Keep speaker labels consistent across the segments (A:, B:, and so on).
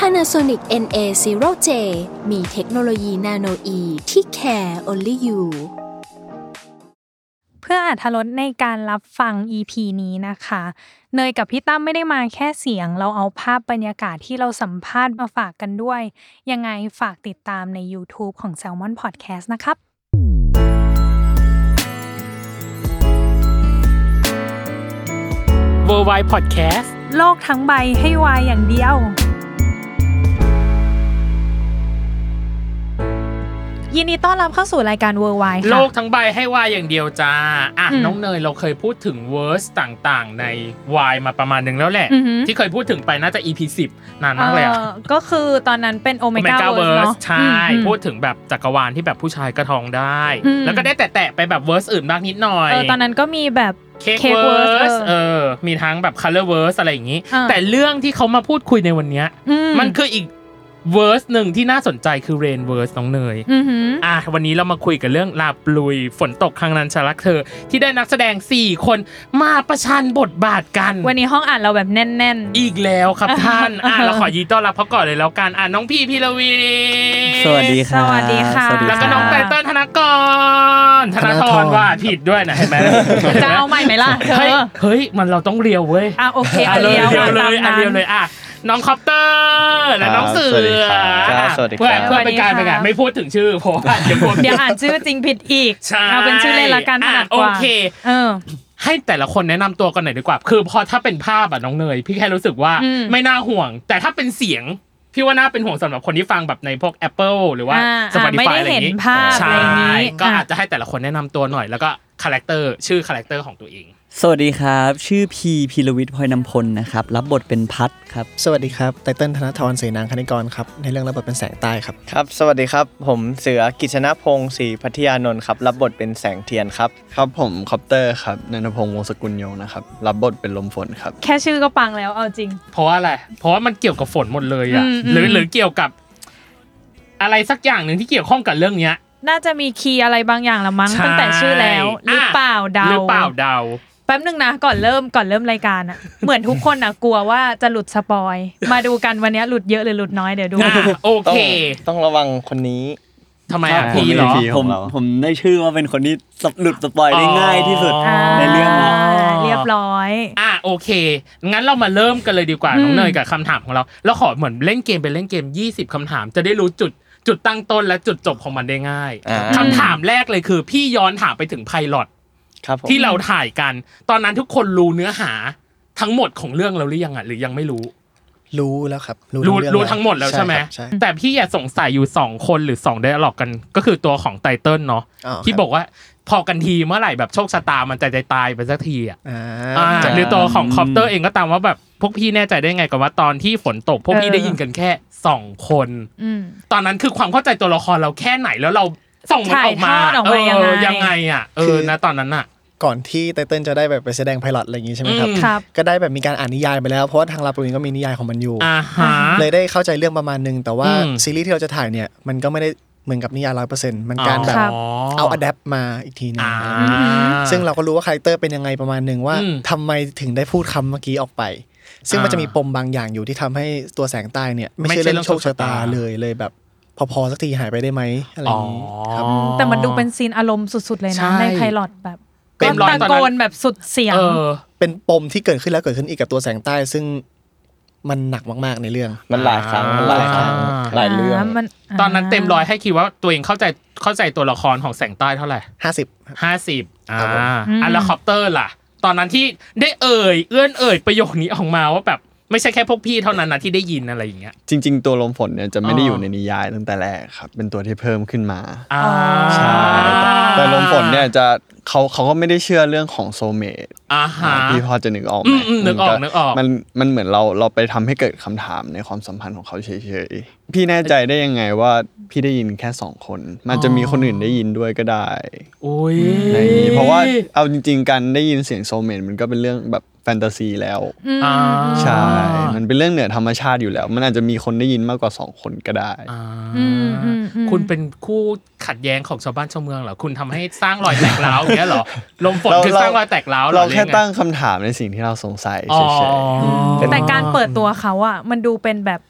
A: Panasonic NA0J มีเทคโนโลยีนาโนอีที่ care only you
B: เพื่ออาธรตในการรับฟัง EP นี้นะคะ เนยกับพี่ตั้มไม่ได้มาแค่เสียง เราเอาภาพบรรยากาศที่เราสัมภาษณ์มาฝากกันด้วย ยังไงฝากติดตามใน YouTube ของ Salmon Podcast นะครับ
C: w o r l d w i d e Podcast
B: โลกทั้งใบให้วายอย่างเดียว ยินดีต้อนรับเข้าสู่รายการ Worldwide
C: โล
B: ค่ะ
C: กทั้งใบให้วายอย่างเดียวจ้า อ่ะ
B: อืม
C: น้องเนยเราเคยพูดถึงเวอร์สต่างๆ ในวายมาประมาณหนึงแล้วแหละ
B: อือหือ
C: ที่เคยพูดถึงไปน่าจะ EP 10 นานมากเลยอะ
B: เอ่อก็คือตอนนั้นเป็นโอเม
C: โอเม
B: ก้า
C: ก้า
B: เวิ
C: เวิ
B: ร์
C: ร์
B: ส
C: ส
B: เนาะ
C: ใช่
B: อืม
C: พูดถึงแบบจักรวาลที่แบบผู้ชายกระทองได้
B: อืม
C: แล้วก็ได้แตะๆไปแบบเวิร์สอื่นบ้างนิดหน่อย
B: เออตอนนั้นก็มีแบบ
C: เค้ก
B: Cake
C: เวิ
B: Verse
C: ร์ส
B: เอ
C: เอ
B: อ
C: อ มีทั้งแบบคัลเลอร์เวิร์สอะไรอย่างนี้
B: อ่า
C: แต่เรื่องที่เขามาพูดคุยในวันเนี้ย มันคืออีกเวิร์สหนึ่งที่น่าสนใจคือเรนเวิร์สน้องเนย
B: อือหือ
C: อ่ะวันนี้เรามาคุยกันเรื่องลาบลุยฝนตกครั้งนั้นชารักเธอ ที่ได้นักแสดง 4 คนมาประชันบทบาทกัน
B: วันนี้ห้องอ่านเราแบบแน่น
C: อีกแล้ว ครับท่าน อ่ะ
B: เออ
C: เราขอยีต้อนรับเขาก่อนเลยแล้วกันอ่ะน้องพี่พีรวี
D: สวัสดีค่ะ
B: สวัสดีค่ะ
C: แล้วก็น้องไตเติ้ลธนกรธนทรว่าผิดด้วยนะเห็นไหม
B: ๆจะเอาใหม่ไหมล่ะเธ
C: เฮ้ย
B: อ
C: เฮ้ยมันเราต้องเรียวเว้ย
B: อ่ะโอเค
C: อ่ะ
B: เอา
C: เรียว
B: เรี
C: เรี
B: ย
C: ยววเล
B: ตามนั้
C: ยอ่ะ
B: น
C: เรียวเลยอ่ะน้องคอปเตอร์และน้องเสื
D: สวัสดี
C: อ
D: ครับสวัสดีครับ
C: เพื่อเพื่อเป็นการ
B: สวัสดีครับ
C: เป็นการไม่พูดถึงชื่อเพราะว่าเดี๋ยวกลัว
B: เดี๋ยวอ่านชื่อจริงผิดอีก
C: ใช่
B: เอาเป็นชื่อเล่นละกันถนัดกว่า
C: อ่ะโอเค
B: เออ
C: ให้แต่ละคนแนะนำตัวกันหน่อยดีกว่า คือพอถ้าเป็นภาพอะน้องเนย พี่แค่รู้สึกว่า
B: อืม
C: ไม่น่าห่วง แต่ถ้าเป็นเสียง พี่ว่าน่าเป็นห่วงสำหรับคนที่ฟังแบบในพวก Apple หรือว่า
B: อ่า
C: Spotify
B: ไม่ได้
C: อะไรอย่าง
B: เห็
C: นี้
B: นภาพ
C: ใช่
B: อะไรอย่างนี้
C: ก็
B: อ่ะ
C: อาจจะให้แต่ละคนแนะนำตัวหน่อยแล้วก็คาแรคเตอร์ชื่อคาแรคเตอร์ของตัวเอง
D: สวัสดีครับ ชื่อพีพีรวิทย์พลอยนำพลนะครับ รับบทเป็นพัดครับ
E: สวัสดีครับ ไตเติ้ลธนทรเสนางคณิกรครับ ในเรื่องรับบทเป็นแสงใต้ครับ
F: ครับ สวัสดีครับ ผมเสือกิจชนะพงศ์ศรีพัทยานนท์ครับ รับบทเป็นแสงเทียนครับ
D: ครับผมคอปเตอร์ครับนันพงศ์วงศกุลโยงนะครับ รับบทเป็นลมฝนครับ
B: แค่ชื่อก็ปังแล้วเอาจริง
C: เพราะว่าอะไร เพราะว่ามันเกี่ยวกับฝนหมดเลยอะ
B: อืมอืม
C: หรือหรือเกี่ยวกับ อะไรสักอย่างหนึ่งที่เกี่ยวข้องกับเรื่องเนี้ย
B: น่าจะมีคีย์อะไรบางอย่างละมั้งตั้งแต่ชื่อแล้วห
C: ใช่
B: รือเปล่าเดา
C: หรือเปล่าเดา
B: แป๊บนึงนะก่อนเริ่มก่อนเริ่มรายการอะเหมือนทุกคนอะกลัวว่าจะหลุดสปอย มาดูกันวันนี้หลุดเยอะหรือหลุดน้อยเดี๋ยวดู
C: อ่ะโอ
F: ต้อ
C: เค
F: งต้องระวังคนนี้
C: ทำไมอ่ะ
F: ครับ
C: พี่เหรอ
F: พี่ข
D: ผ
F: อ
D: ม
F: งเรา
D: ผมได้ชื่อว่าเป็นคนที่สะหลุดสปอยได้ง่ายที่สุด
C: อ๋อ
D: ในเรื่องนี้
B: าเรียบร้อย
C: อ่ะโอเค งั้นเรามาเริ่มกันเลยดีกว่า
B: อืม
C: น้องเนยกับคำถามของเรา แล้วขอเหมือนเล่นเกมเป็นเล่นเกม 20คำถาม จะได้รู้จุดจุดตั้งต้นและจุดจบของมันได้ง่าย
F: อ่า
C: คำถามแรกเลยคือ พี่ย้อนถามไปถึงไพลอต
F: ครับผม
C: ที่เราถ่ายกัน ตอนนั้นทุกคนรู้เนื้อหาทั้งหมดของเรื่องเราหรือยังอ่ะหรือยังไม่รู้
E: รู้แล้วครับ
C: รู้
E: เอ
C: รู้ทั้งหมดแล้วใช่ไหม
E: ครับใช่
C: แต่พี่อยากสงสัยอยู่สองคนหรือสองไดอะล็อกกัน ก็คือตัวของไตเติ้ลเนาะ
E: อ๋อครับ
C: ที่บอกว่าพอกันทีเมื่อไหร่แบบโชคชะตามันจะใจตายไปสักทีอ่ะ
E: อ่า
C: อ่า
E: จะ
C: หรือตัวของ
D: อืม
C: คอปเตอร์เองก็ตามว่าแบบพวกพี่แน่ใจได้ไงกับว่าตอนที่ฝนตก พวกพี่
B: เออ
C: ได้ยินกันแค่ 2 คน
B: อืม
C: ตอนนั้นคือความเข้าใจตัวละครเราแค่ไหนแล้วเราส่งมันออกมา
B: ถ่ายทอดออก
C: เอ
B: มายังไง
C: อยังไงอ่ะเออนะตอนนั้นอ่ะ
E: ก่อนที่ไตเติ้ลจะได้แบบไปแสดงไพลอตอะไรอย่างงี้ใช่ไหมครับ
C: อืม
B: ครับ
E: ก็ได้แบบมีการอ่านนิยายไปแล้ว เพราะว่าทางลาปรูนก็มีนิยายของมันอยู่
C: อ่าฮะ
E: เลยได้เข้าใจเรื่องประมาณนึง แต่ว่า
C: อืม
E: ซีรีส์ที่เราจะถ่ายเนี่ย มันก็ไม่ได้เหมือนกับนิยายร้อยเปอร์เซ็นต์มันการแบบ
B: ครับ
E: เอาอะแดปมาอีกทีหนึง
C: อ่า
E: ซึ่งเราก็รู้ว่าคาแรคเตอร์เป็นยังไงประมาณนึงว่า
C: อืม
E: ทำไมถึงได้พูดคำเมื่อกี้ออกไป ซึ่งมัน
C: อ่า
E: จะมีปมบางอย่างอยู่ที่ทำให้ตัวแสงใต้เนี่ย ไม่
C: ไม่ใช่
E: ใช่
C: เรื่
E: เรื่
C: อ
E: อง ง
C: โช
E: โช
C: ค
E: ค
C: ชะ
E: ชะ
C: ตา
E: ตาเลยเลยแบบ พอๆสักทีหายไปได้ไหมอะไรอ
C: อ๋อย่าง
E: นี้ครับ
B: แต่มันดูเป็นซีนอารมณ์สุด ๆ เลย
C: ใช่
B: นะในไพลอตแบบ
C: เต็มร้อย
B: ตะ
C: ตอนนั้น
B: โกนแบบสุดเสียง
C: เออ
E: เป็นปมที่เกิดขึ้นแล้วเกิดขึ้นอีกกับตัวแสงใต้ซึ่งมันหนักมาก ๆในเรื่อง
F: มันหลายครั้งมันหลายครั้ง
C: อ่า
F: หลายเรื่อง
B: มัน
C: ตอนนั้นเต็มร้อยให้คิดว่าตัวเองเข้าใจเข้าใจตัวละครของแสงใต้เท่าไหร่
E: 50
C: ห้าสิบอ่า
E: ครับผม
C: อันแล้วคอปเตอร์ล่ะ ตอนนั้นที่ได้เอ่ย เอื้อนเอ่ยประโยคนี้ออกมาว่าแบบ ไม่ใช่แค่พวกพี่เท่านั้นนะที่ได้ยินอะไรอย่างเงี้ย
E: จริง ๆ ตัวลมฝนเนี่ยจะไม่ได้
C: อ๋อ
E: อ
C: อ
E: ยู่ในนิยายตั้งแต่แรกครับ เป็นตัวที่เพิ่มขึ้นมา
C: อ่า
E: ใช่ แต่ลมฝนเนี่ยจะเขาเขาก็ไม่ได้เชื่อเรื่องของโซเมต
C: อ่าฮะ
E: พี่พอจะนึกออกไห
C: อื
E: ม
C: มอืมนึกออกนึกออก
E: มันมันเหมือนเราเราไปทำให้เกิดคำถามในความสัมพันธ์ของเขาเฉยๆพี่แน่ใจได้ยังไงว่าพี่ได้ยินแค่สองคน มันจะมีคนอื่นได้ยินด้วยก็ได้
C: โอ้ย
E: ในนี้เพราะว่าเอาจริง ๆ การได้ยินเสียงโซเมตมันก็เป็นเรื่องแบบแฟนตาซีแล้ว
C: อ่า
E: ใช่ มันเป็นเรื่องเหนือธรรมชาติอยู่แล้ว มันอาจจะมีคนได้ยินมากกว่าสองคนก็ได้
C: อ่า
B: อืมอืมอืม
C: คุณเป็นคู่ขัดแย้งของชาวบ้านชาวเมืองเหรอคุณทำให้สร้างรอยแตกร้าวอย่างเงี้ยเหรอลมฝน
E: เรา
C: คือ
E: เรา
C: สร้างรอยแตกร้าวหอ
E: เรา
C: หอ
E: แค่
C: ยังไง
E: ตั้งคำถามในสิ่งที่เราสงสัยเฉย
C: อ๋อ
E: ๆเป็น
B: แต่การเปิดตัวเขาอะมันดูเป็นแบบ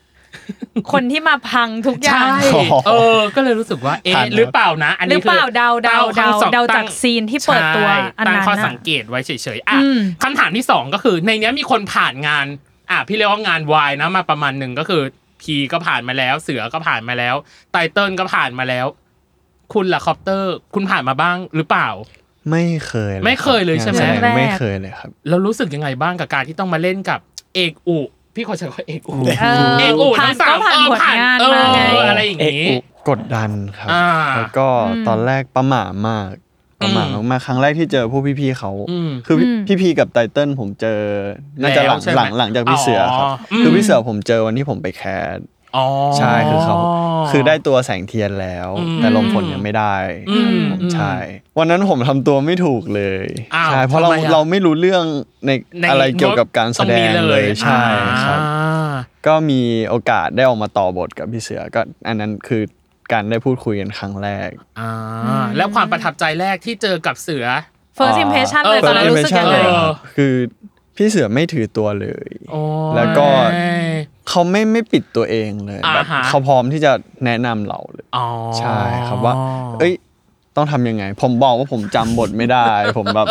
B: คนที่มาพังทุกอย่า
C: ใช่
B: ง
C: เออ ก็เลยรู้สึกว่า เอ๊ะ
E: ผ่าน
C: หรือเปล่านะ อัน
B: หรื
C: นี้
B: อเปล่า
C: คือ
B: เดาเดา
C: ตั้ง
B: เดา
C: สอง
B: เดา
C: ตั้ง
B: จากซีนที่เปิดตัว
C: ใช่
B: อันนั้น
C: ตั้งข้อ
B: น่ะ
C: สังเกตไว้เฉยๆ อ่ะ
B: อืม
C: คำถามที่สองก็คือ ในเนี้ยมีคนผ่านงาน อ่ะ พี่เรียกว่างานวายนะ มาประมาณหนึ่งก็คือ พีก็ผ่านมาแล้ว เสือก็ผ่านมาแล้ว ไตเติ้ลก็ผ่านมาแล้ว คุณล่ะคอปเตอร์ คุณผ่านมาบ้างหรือเปล่า
E: ไม่เคยล
C: ไม่เคยเลยใช่ไหม
E: งานแสดง
B: แรก
E: ไม่เคยเลยครับ
C: แล้วรู้สึกยังไงบ้างกับการที่ต้องมาเล่นกับเอกอุพี่ขอใช้คำว่าเอกอุ
B: เออ
C: เอกอุ
B: ผ่า
C: ทั้
B: น
C: งสา
B: ก็
C: ม
B: ผ่านผลงาน
C: เออ
B: มาไง
C: เอออะไรอย่างนี้
E: เะกดดันครับ
C: อ่า
E: แล้วก็ตอนแรกประหม่ามากประหม่ามากๆครั้งแรกที่เจอผู้พี่ๆเขา
C: อืม
E: คือพี่
B: อืม
E: พี่พีกับไตเติ้ลผมเจอ น่าจะห
C: แล้
E: ลัง
C: วใช่ไหม
E: หลังหลังจากพี่เสือครับ
C: อ๋ออืม
E: คือพี่เสือผมเจอวันที่ผมไปแคส
C: อ๋อ
E: ใช่คือเขาคือได้ตัวแสงเทียนแล้ว
C: อืม
E: แต่ลมฝนยังไม่ได้
C: อืมอืม
E: ใช่ วันนั้นผมทำตัวไม่ถูกเลย
C: อ้าว
E: ใช่เพราะเรา
C: ทำไมอะ
E: เราไม่รู้เรื่องใน
C: ใน
E: อะไรเกี่ยวกับการแสดง
C: ตนี้
E: เลยใช่ครับ
C: อ่า
E: ก็มีโอกาสได้ออกมาต่อบทกับพี่เสือก็อันนั้นคือการได้พูดคุยกันครั้งแรก
C: อ่าแล้วความประทับใจแรกที่เจอกับเสือ
B: first
E: อ่า
B: impression
C: เออ
B: เลยตอนนั้น
C: first
B: รู้สึกยังไง
C: impression เลย
E: ครับคือพี่เสือไม่ถือตัวเลย
C: โอ้ย
E: แล้วก็ เขาไม่ไม่ปิดตัวเองเลย
C: อ่า
E: แบบ
C: ฮะ
E: เขาพร้อมที่จะแนะนำเราเลย
C: อ๋อ
E: ใช่ครับว่า เอ้ย ต้องทำยังไง ผมบอกว่าผมจำบทไม่ได้ ผมแบบ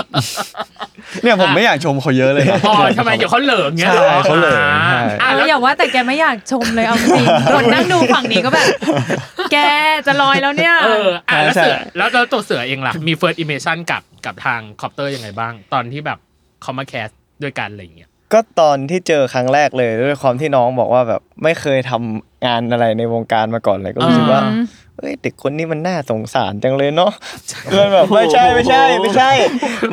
E: เนี่ยผมไม่อยากชมเขาเยอะเลยนะ
C: อ๋อทำไมเดี๋ยวเขาเหลิงเงี้ย
E: ใช่เขาเหลิงใช่
C: อ่า
B: เออ
C: แล้ว
B: อย่าว่าแต่แกไม่อยากชมเลยเอาจริงคนนั่งดูฝั่งนี้ก็แบบ แกจะลอยแล้วเนี่ย
C: เอออ่ะแล้ว
E: ใช่
C: เสือแล้วแล้วตัวเสือเองล่ะ มี first impression กับกับทางคอปเตอร์ยังไงบ้าง ตอนที่แบบเขามาแคสด้วยกันอะไรอย่างเงี้ย
D: ก็ตอนที่เจอครั้งแรกเลยด้วยความที่น้องบอกว่าแบบไม่เคยทำงานอะไรในวงการมาก่อนเลยก็รู้สึกว่า
B: อืม
D: เอ้ยเด็กคนนี้มันน่าสงสารจังเลยเนาะก็เลยแบบไม่ใช่ไม่ใช่ไม่ใช่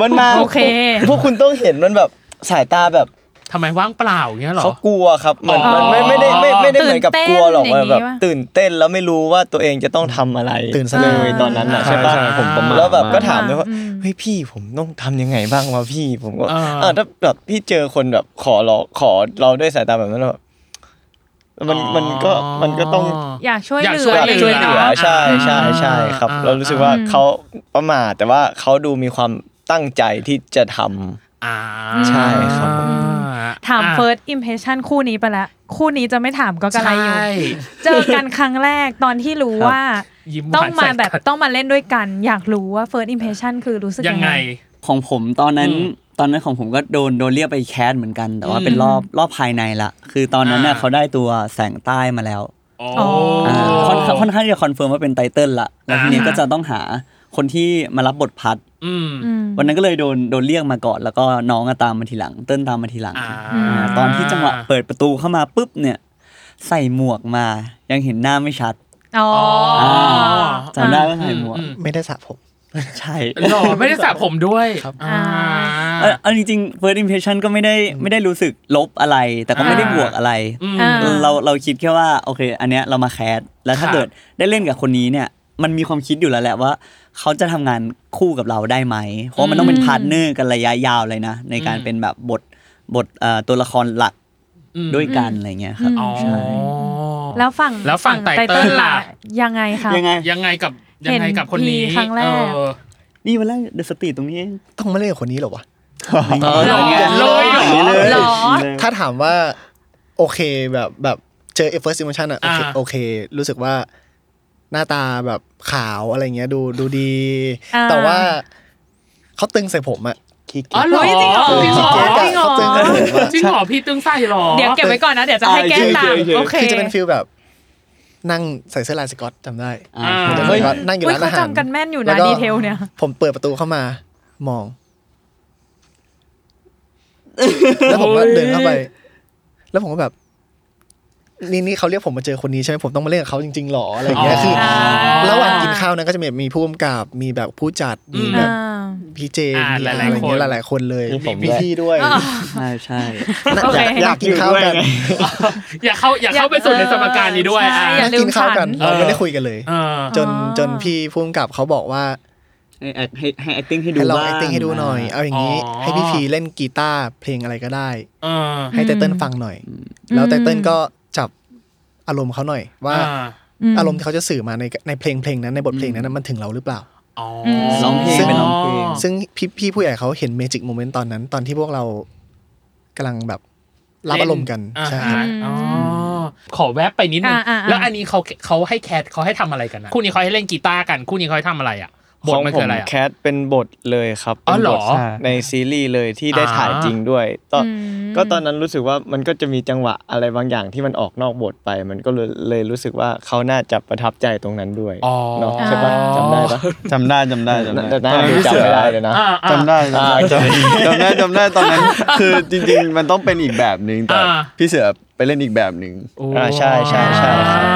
D: มันมา
B: โอเค
D: พวกคุณต้องเห็นมันแบบสายตาแบบ
C: ทำไมว่างเปล่าอย่างเงี้ยเหรอ
D: เขากลัวครับมัน
C: อ๋อ
D: มันไม่ไม่ได้ไม่ไม่ได้เหมือนกับกลัวหรอก
B: ตื่นเต้น
D: มันแบ
B: อ
D: บ
B: ย่างงี้ปะ
D: ตื่นเต้นแล้วไม่รู้ว่าตัวเองจะต้องทำอะไร
G: ตื่นเต้น
D: เลยตอนนั้นน่ะ
E: ใช่
D: ใช่ปะ
E: ใช่ผมประมาท
D: แล้วแบบก็
E: มาก
D: ถามด้วยว่า
B: อืม
D: เฮ้ยพี่ผมต้องทำยังไงบ้างวะพี่ผมก็
C: อ่า
D: อ่าถ้าแบบพี่เจอคนแบบขอเราขอเราด้วยสายตาแบบนั้นแล้วแบบมันมันก็มันก็ต้อง
B: อยากช่วย
C: อยาก
B: เหลื
C: ช่วย
B: อ
C: เหลือ
D: ช่วยเหลือ
B: เนาะ
D: ใช่ใช่ใช่ครับ
C: อ่า
D: เรารู้สึกว่า
B: อืม
D: เขาประมาทแต่ว่าเขาดูมีความตั้งใจที่จะทำ
C: อ่า
D: ใช่ครับผม
B: ถาม first impression คู่นี้ไปแล้วคู่นี้จะไม่ถามก็กระไร
C: ใช่
B: อยู่ เจอกันครั้งแรกตอนที่รู้ว่า
C: ยิ้มหว
B: ต้อง
C: น
B: มา
C: ใส่
B: แบบ
C: กัน
B: ต้องมาเล่นด้วยกัน อยากรู้ว่า first impression คือรู้สึก
C: ยั
B: ยังง
C: ไง
B: ไง
H: ของผมตอนนั้น
C: อืม
H: ตอนนั้นของผมก็โดนโดนเรียกไปแคสเหมือนกัน แต่ว่า
C: อืม
H: เป็นรอบรอบภายในละคือตอนนั้นเนี่ย
C: อ่า
H: เขาได้ตัวแสงใต้มาแล้ว
C: อ๋อ
H: อ่าค่อนค่อนข้างที่จะคอนเฟิร์มว่าเป็นไตเติ้ลละแล้วทีนี้
C: อ่าฮะ
H: ก็จะต้องหาคนที่มารับบทพัด
C: อืม
B: อืม
H: วันนั้นก็เลยโดนโดนเรียกมาก่อน แล้วก็น้องอะตามมาทีหลัง เติ้ลตามมาทีหลัง
C: า
H: อ่าตอนที่จังหวะเปิดประตูเข้ามาปุ๊บเนี่ย ใส่หมวกมา ยังเห็นหน้าไม่ชัด
B: อ๋อ
C: อ๋
B: อ่า
C: อ
H: จำได้ว่าใส่หมวก
C: อืม
G: ไม่ได้สระผม
H: ใช่
C: หล่อไม่ได้สระผมด้วย
G: ครับ
C: อ่า
H: เอาเอาจริงๆ first impression ก็ไม่ได้ไม่ได้รู้สึกลบอะไร แต่ก็ไม่ได้
C: อ่า
H: บวกอะไร
C: อืม
B: อ่า
H: เราเราคิดแค่ว่าโอเค อันเนี้ยเรามาแคสแล้วถ้า
C: ค่ะ
H: เกิดได้เล่นกับคนนี้เนี่ย มันมีความคิดอยู่แล้วแหละว่า เขาจะทำงานคู่กับเราได้ไหม เพราะมันต้องเป็นพาร์ทเนอร์กันระยะยาวเลยนะ ในการเป็นแบบบทบทเอ่อตัวละครหลัก
C: อืม
H: ด้วยกันอะไรเงี้ยครับ
C: อ๋อ
H: ใช่
B: แล้วฝั่ง
C: แล้วฝั่งไตเติ้ลล่ะ
B: ยังไงคะ
H: ยังไง
C: ยังไงกับยังไงกับคนนี้
B: เห็นพี่ครั้งแรก
C: เออ
H: นี่วันแรกเดอะสตรีตรงนี้เอง
G: ต้องมาเล่นกับคนนี้เหรอวะ
C: หรอ
H: เล
C: หรอ
B: หรอ
G: ถ้าถามว่าโอเคแบบแบบเจอ first impression อะโอเค
C: อ่า
G: โอเค รู้สึกว่าหน้าตาแบบขาวอะไรเงี้ยดูดูดี
B: อ่า
G: แต่ว่าเขาตึงใส่ผมอะ
E: ขี้เกี
C: อ๋
E: ย
C: อ
E: จ
C: เหรอ
B: เฮ้ยจริงเหรอ
C: จริงเหรอ
G: ขี้เกียจอะเขาตึงใส่ผมอะ
C: จริงเหรอพี่ตึงไส้เหรอ
B: เดี๋ยวเก็บไว้ก่อนนะ เดี๋ยวจะให้แก้ต่าง โอเค
G: คือจะเป็นฟิลแบบ นั่งใส่เสื้อลายสกอตจำได้
H: อ่า
G: ใส่เสื้อลายสกอตนั่งอยู่
B: อุ๊ย
G: ร้านอา
B: เขา
G: หาร
B: จำกันแม่นอยู่
G: แล้
B: นะ
G: วก็
B: ดีเทลเนี่ย
G: ผมเปิดประตูเข้ามามอง แล้วผมก็เดินเข้าไป
E: แล้วผมก็แบบ นี่นี่เขาเรียกผมมาเจอคนนี้ใช่ไหมผมต้องมาเล่นกับเขาจริงๆหรออะไรอย่างเงี้ยคืออระหว่างกินข้าวนั้นก็จะมีมีผู้กำกับมีแบบผู้จัดมีแบบ
B: อ่า
E: พี่เจ
C: อ่า
E: มีอะ
C: ห
E: ไร
C: ลายๆ
E: อย่างเงี้ย
C: คน
E: หลายๆคนเลย
F: มีผม
E: มี
F: ด้วย
E: พี่ด้วย
H: ใช่ใช่
E: น่า
B: โอเค
E: อยากอยากกินข้าวกัน
C: อย่าเข้าอย่าเข้าไปส่วนในสมการนี้ด้วยอ่ะ
B: ใช่อย่า
E: นั่ง
B: ลื
E: กิ
B: ม
E: นข้าวกัน
B: ฉัน
E: เราไม่ได้คุยกันเลย
C: เออ
E: จนจนพี่ผู้กำกับเขาบอกว่า
H: ให้แอคให้ให้ acting ให้ดู
E: ให้ลอง
H: บ้าง
E: acting ให้ดูหน่อย เอาอย่างนี้
C: อ๋อ
E: ให้พี่พีเล่นกีตาร์เพลงอะไรก็ได้
C: เออ
E: ให้ไตเติ้ลฟังหน่อย แล้วไตเติ้ลก็จับอารมณ์เขาหน่อย ว่า
C: อ่า
E: อารมณ์ที่เขาจะสื่อมาในในเพลงเพลงนั้นในบทเพลงนั้นนะมันถึงเราหรือเปล่า
C: อ๋อ
H: ร้องเพลง
E: ซึ่ง
H: เป็นร้องเพลง
E: ซึ่งพี่พี่ผู้ใหญ่เขาเห็นเมจิกโมเมนต์ตอนนั้น ตอนที่พวกเรากำลังแบบรับอารมณ์กันใช่ครับ
C: อ่าอ๋อขอแวบไปนิดนึง
B: อ่าอ่าอ่า
C: แล้วอันนี้เขาเขาให้แคทเขาให้ทำอะไรกันนะคู่นี้เขาให้เล่นกีตาร์กันคู่นี้เขาให้ทำอะไรอ่ะบทมันคืออะไร
F: ขงผ
C: อ่ะ
F: แคทเป็นบทเลยครับ
C: อ๋อเหรอ
F: เป็นบทในซีรีส์เลยที่ได้
C: อ่า
F: ถ่ายจริงด้วยตอน
B: อืม
F: ก็ตอนนั้นรู้สึกว่ามันก็จะมีจังหวะอะไรบางอย่างที่มันออกนอกบทไป มันก็เลยเลยรู้สึกว่าเขาน่าจะประทับใจตรงนั้นด้วย
C: อ๋อ
F: เนาะใช่ปะจำได้ปะ
D: จำได้จำได้จำได้
F: แต่หน้าดูจำไม่ได้เลยนะ
C: อ่าอ่า
D: จำได้
F: อ่าโอ
D: จำ
F: เค
D: ได้จำได้จำได้ตอน นั้น คือจริง ๆ มันต้องเป็นอีกแบบหนึ่งแต่
C: อ่า
D: พี่เสือไปเล่นอีกแบบหนึ่ง
F: อ่าใช่ใช่ใช่ใช่
B: อ่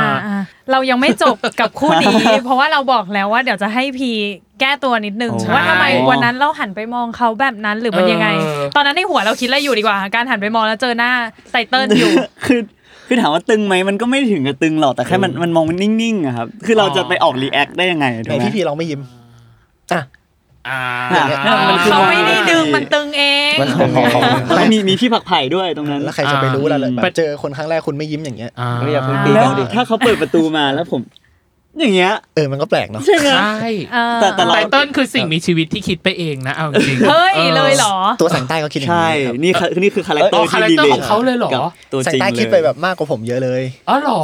B: าอ่าเรายังไม่จบกับคู่นี้ เพราะว่าเราบอกแล้วว่าเดี๋ยวจะให้พีแก้ตัวนิดนึง
H: ใช่
B: ว่าทำไมวันนั้นเราหันไปมองเขาแบบนั้นหรือมันยังไง
C: เออ
B: ตอนนั้นในหัวเราคิดอะไรอยู่ดีกว่า การหันไปมองแล้วเจอหน้าไตเติ้ลอยู่
H: คือคือถามว่าตึงไหมมันก็ไม่ถึงกับตึงหรอกแต่แค่มันมันมองมันนิ่งๆอะครับคือเราจะไปออกรีแอคได้ยังไงอะถู
E: ไห
H: ก
E: น
H: ไหม
E: พี่พีลองไม่ยิ้มอ่ะ
C: อ่า
H: เนี่ย
E: มันคือ
B: เขาไม่ได้ดึงมันตึงเอง
F: มันของของของ
H: แล้วมีมีพี่ผักไผ่ด้วยตรงนั้น
E: แล้วใครจะไปรู้ล่ะเลยแบบเจอคนครั้งแรกคุณไม่ยิ้มอย่างเงี้ย
C: อ่า
F: ไม่อยากเพิ่งตี
H: แล้
F: กั
H: วน
F: ดิ
H: ถ้าเขาเปิดประตูมาแล้วผม อย่างเงี้ย
E: เออมันก็แปลกเนาะ
H: ใช่ไหม
C: ใช่
H: แต่แต่เรา
C: ไตเติ้ลคือสิ่งมีชีวิตที่คิดไปเองนะเอาจริงๆ
B: เฮ้ยเลยเหรอ
E: ตัวแสงใต้ก็คิดอย่าง
H: ใช่
E: นี้ครับ
H: นี่คือนี่คือคาแรคเต
C: อ๋
H: อ
C: อ
H: ร์
C: คาแรค
H: ที่ดี
C: เตอ
H: เล
C: ร์
H: ย
C: ของเขาเลยเหรอ
H: กับตัว
E: แส
H: จ
E: ง
H: ริง
E: ใต้
H: เล
E: คิดไป
H: ย
E: แบบมากกว่าผมเยอะเลย
C: อ๋อเหรอ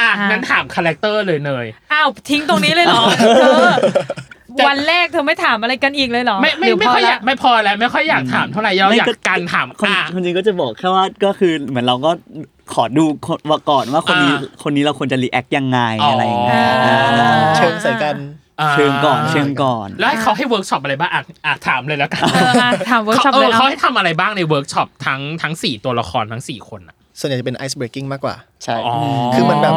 C: อ่ะ
B: อ่ะ
C: งั้นถามคาแรคเตอร์เลยเนย
B: อ้าวทิ้งตรงนี้เลยเหรอเธอวันแรกเธอไม่ถามอะไรกันอีกเลยเหรอ
C: ไม่ไม่
B: หรื
C: ไม่ค่อ
B: พ
C: ยอ
B: ละ
C: ยากไม่พอแล้วไม่ค่อยอยากถามเท่าไหร่เรา
H: ไม่
C: อยาก
H: ก็
C: การถาม
H: คน
C: อ่ะ
H: คนจริงก็จะบอกแค่ว่าก็คือเหมือนเราก็ขอดูคนว่าก่อนว่าคนนี้
C: อ่า
H: คนนี้เราควรจะรีแอคยังไง
C: อ๋ออ
H: อะไรอย่างเงี้ย
B: อ่า
H: อ่า
E: เชิงใส่กัน
H: เชิงก่อนเชิงก่อน
C: แล้วให้เขาให้เวิร์กช็อปอะไรบ้างอ่ะอ่ะถามเลยแล้วกัน
B: เอออ่ะถามเวิร์กช็อป
C: เอ
B: เล
C: อย เขา
B: เนาะ
C: ให้ทำอะไรบ้างในเวิร์กช็อปทั้งทั้งสี่ตัวละครทั้งสี่คนอ่ะ
E: ส่วนใหญ่จะเป็น ice breaking มากกว่า
F: ใช่
C: อ๋อ
E: คือมันแบบ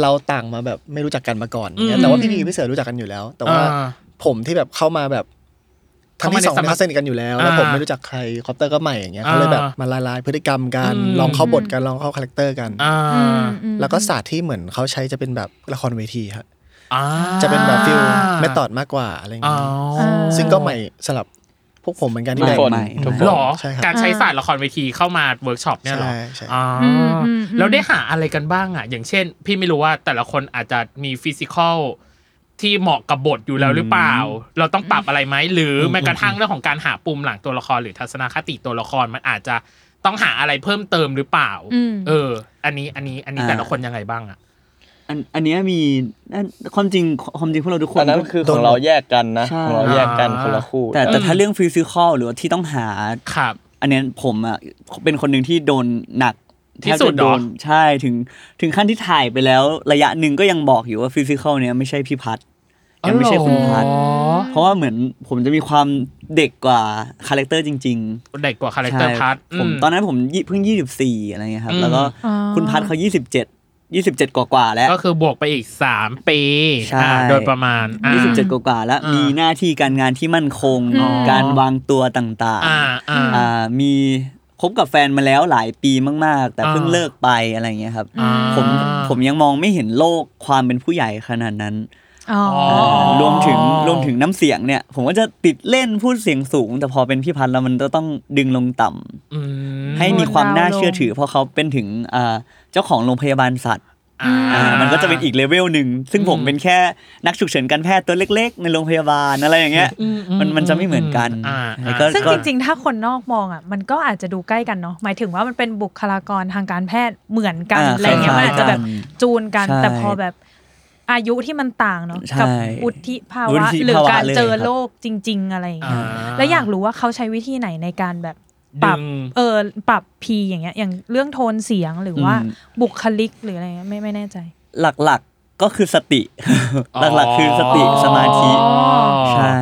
E: เราต่างมาแบบไม่รู้จักกันมาก่อนอย่างเงี้ย
C: อืม
E: แต่ว่าพี่พีกับพี่เสือรู้จักกันอยู่แล้ว แต่ว่า
C: อ่
E: ผมที่แบบเข้ามาแบบทั้งที่สอง
C: เข้ามาในสมัคร
E: เขาสนิทกันอยู่แล้วแล้ว
C: อ่า
E: ผมไม่รู้จักใครคอปเตอร์ก็ใหม่อย่างเงี้ยเขาเลยแบบ
C: อ่าม
E: มาละลายพฤติกรรมกัน
C: อืม
E: ลองเข้าบทกันลองเข้าคาแรคเตอร์กัน
C: อ่า
B: อืมอืม
E: แล้วก็ศาสตร์ที่เหมือนเขาใช้จะเป็นแบบละครเวทีฮะ
C: อ่า
E: จะเป็นแบบฟิลเมตอดมากกว่าอะไรอย่าง
C: อ๋อ
E: เงี้ยซึ่งก็ใหม่สลับพวกผมเหมือนกันที่
H: ทุกคน
E: ได้
H: ทุกคน
C: หรอ
E: ใช่ครับ
C: การใช้ศาสตร์ละครเวทีเข้ามาเวิร์กช็อปเนี่ยเหรอ
E: ใช่ใช่
C: อ่า
B: อืมอืม
C: แล้วได้หาอะไรกันบ้างอ่ะ อย่างเช่น พี่ไม่รู้ว่าแต่ละคนอาจจะมีฟิสิกอลที่เหมาะกับบทอยู่แล้วหรือเปล่า เราต้องปรับอะไรไหมหรือแม้กระทั่งเรื่องของการหาปุ่มหลังตัวละคร หรือทัศนคติตัวละครมันอาจจะต้องหาอะไรเพิ่มเติมหรือเปล่า
B: อืม
C: เออ อันนี้อันนี้อันนี้
H: อ่า
C: แต่ละคนยังไงบ้างอ่ะ
H: อันอันเนี้ยมีนั่นความจริงความจริงพวกเราทุกคน
F: อันนั้น
H: ก็
F: คือของเราแยกกันนะ
H: ใช่
F: ของเราแยกกันคนละคู่
H: แต่แต่ถ้าเรื่องฟิสิกอลหรือว่าที่ต้องหา
C: ครับ
H: อันเนี้ยผมอ่ะเป็นคนหนึ่งที่โดนหนัก
C: ที่สุดเหรอ
H: แทบจะโนใช่ถึงถึงขั้นที่ถ่ายไปแล้ว ระยะหนึ่งก็ยังบอกอยู่ว่าฟิสิกอลเนี้ยไม่ใช่พี่พัดยังไม่ใช่คุณพัด
C: อ๋อ
H: เพราะว่าเหมือนผมจะมีความเด็กกว่าคาแรคเตอร์จริง
C: เด็กกว่าคา
H: ๆ
C: แรคเตอร์พัท
H: ผมตอนนั้นผมยี่เพิ่ง 24 อะไรเงี้ยครั
C: อื
H: บ
C: ม
H: แล้วก็
B: อ๋อ
H: คุณพัดเขา27 27 กว่าๆแล้ว
C: ก็คือบวกไปอีกสามปี
H: ใช่
C: อ่าโดยประมาณอ่า
H: 27 กว่าๆแล้ว
C: อ่ามี
H: มีหน้าที่การงานที่มั่นคงการวางตัวต่างๆ
C: อ่าอ่า
H: อ่ามีคบกับแฟนมาแล้วหลายปีมาก ๆ แต่
C: อ่า
H: เพิ่งเลิกไปอะไรอย่างเงี้ยครับ
C: อ่า
H: ผมผมยังมองไม่เห็นโลกความเป็นผู้ใหญ่ขนาดนั้น
B: อ๋อ
C: อ๋อ
H: อ่ารวมถึงรวมถึงน้ำเสียงเนี่ย ผมก็จะติดเล่นพูดเสียงสูง แต่พอเป็นพี่พันธ์แล้วมันจะต้องดึงลงต่ำ
C: อืม
H: ให้มีความน่าเชื่อถือ เพราะเขาเป็นถึงอ่าเจ้าของโรงพยาบาลสัตว์
C: อ่า
H: อ่ามันก็จะเป็นอีกเลเวลหนึ่งซึ่งผม
C: อืม
H: เป็นแค่นักฉุกเฉินการแพทย์ตัวเล็ก ๆ ในโรงพยาบาลอะไรอย่างเงี้ย
C: อื
H: มันมันจะไม่เหมือนกัน
C: อ่า
H: แล้
C: อ่าว
H: ก็
B: ซึ่งจริงๆ ถ้าคนนอกมองอ่ะมันก็อาจจะดูใกล้กันเนาะหมายถึงว่ามันเป็นบุคลากรทางการแพทย์เหมือนกัน
H: อ่า
B: อะไรเงี้ยมันอาจจะแบบ
H: คล้ายๆกัน
B: จูนกัน
H: ใช่
B: แต่พอแบบอายุที่มันต่างเนาะ
H: ใช่
B: กับอุทิภา
H: วุ
B: วะ
H: ฒิ
B: หรือ
H: ภาวะ
B: การ
H: เลย
B: เจอ
H: ครับ
B: โรคจริง ๆ อะไรอย่าง
C: อ่า
B: เงี้ยแล้วอยากรู้ว่าเขาใช้วิธีไหนในการแบบปรับ
C: ดึง
B: เออปรับพีอย่างเงี้ยอย่างเรื่องโทนเสียงหรือว่า
H: อืม
B: บุคลิกหรืออะไรเงี้ยไม่ไม่แน่ใจ
H: หลักๆก็คือสติ
C: อ๋อ
H: หลักๆคือสติสมาธิ
C: อ๋อ
H: ใช่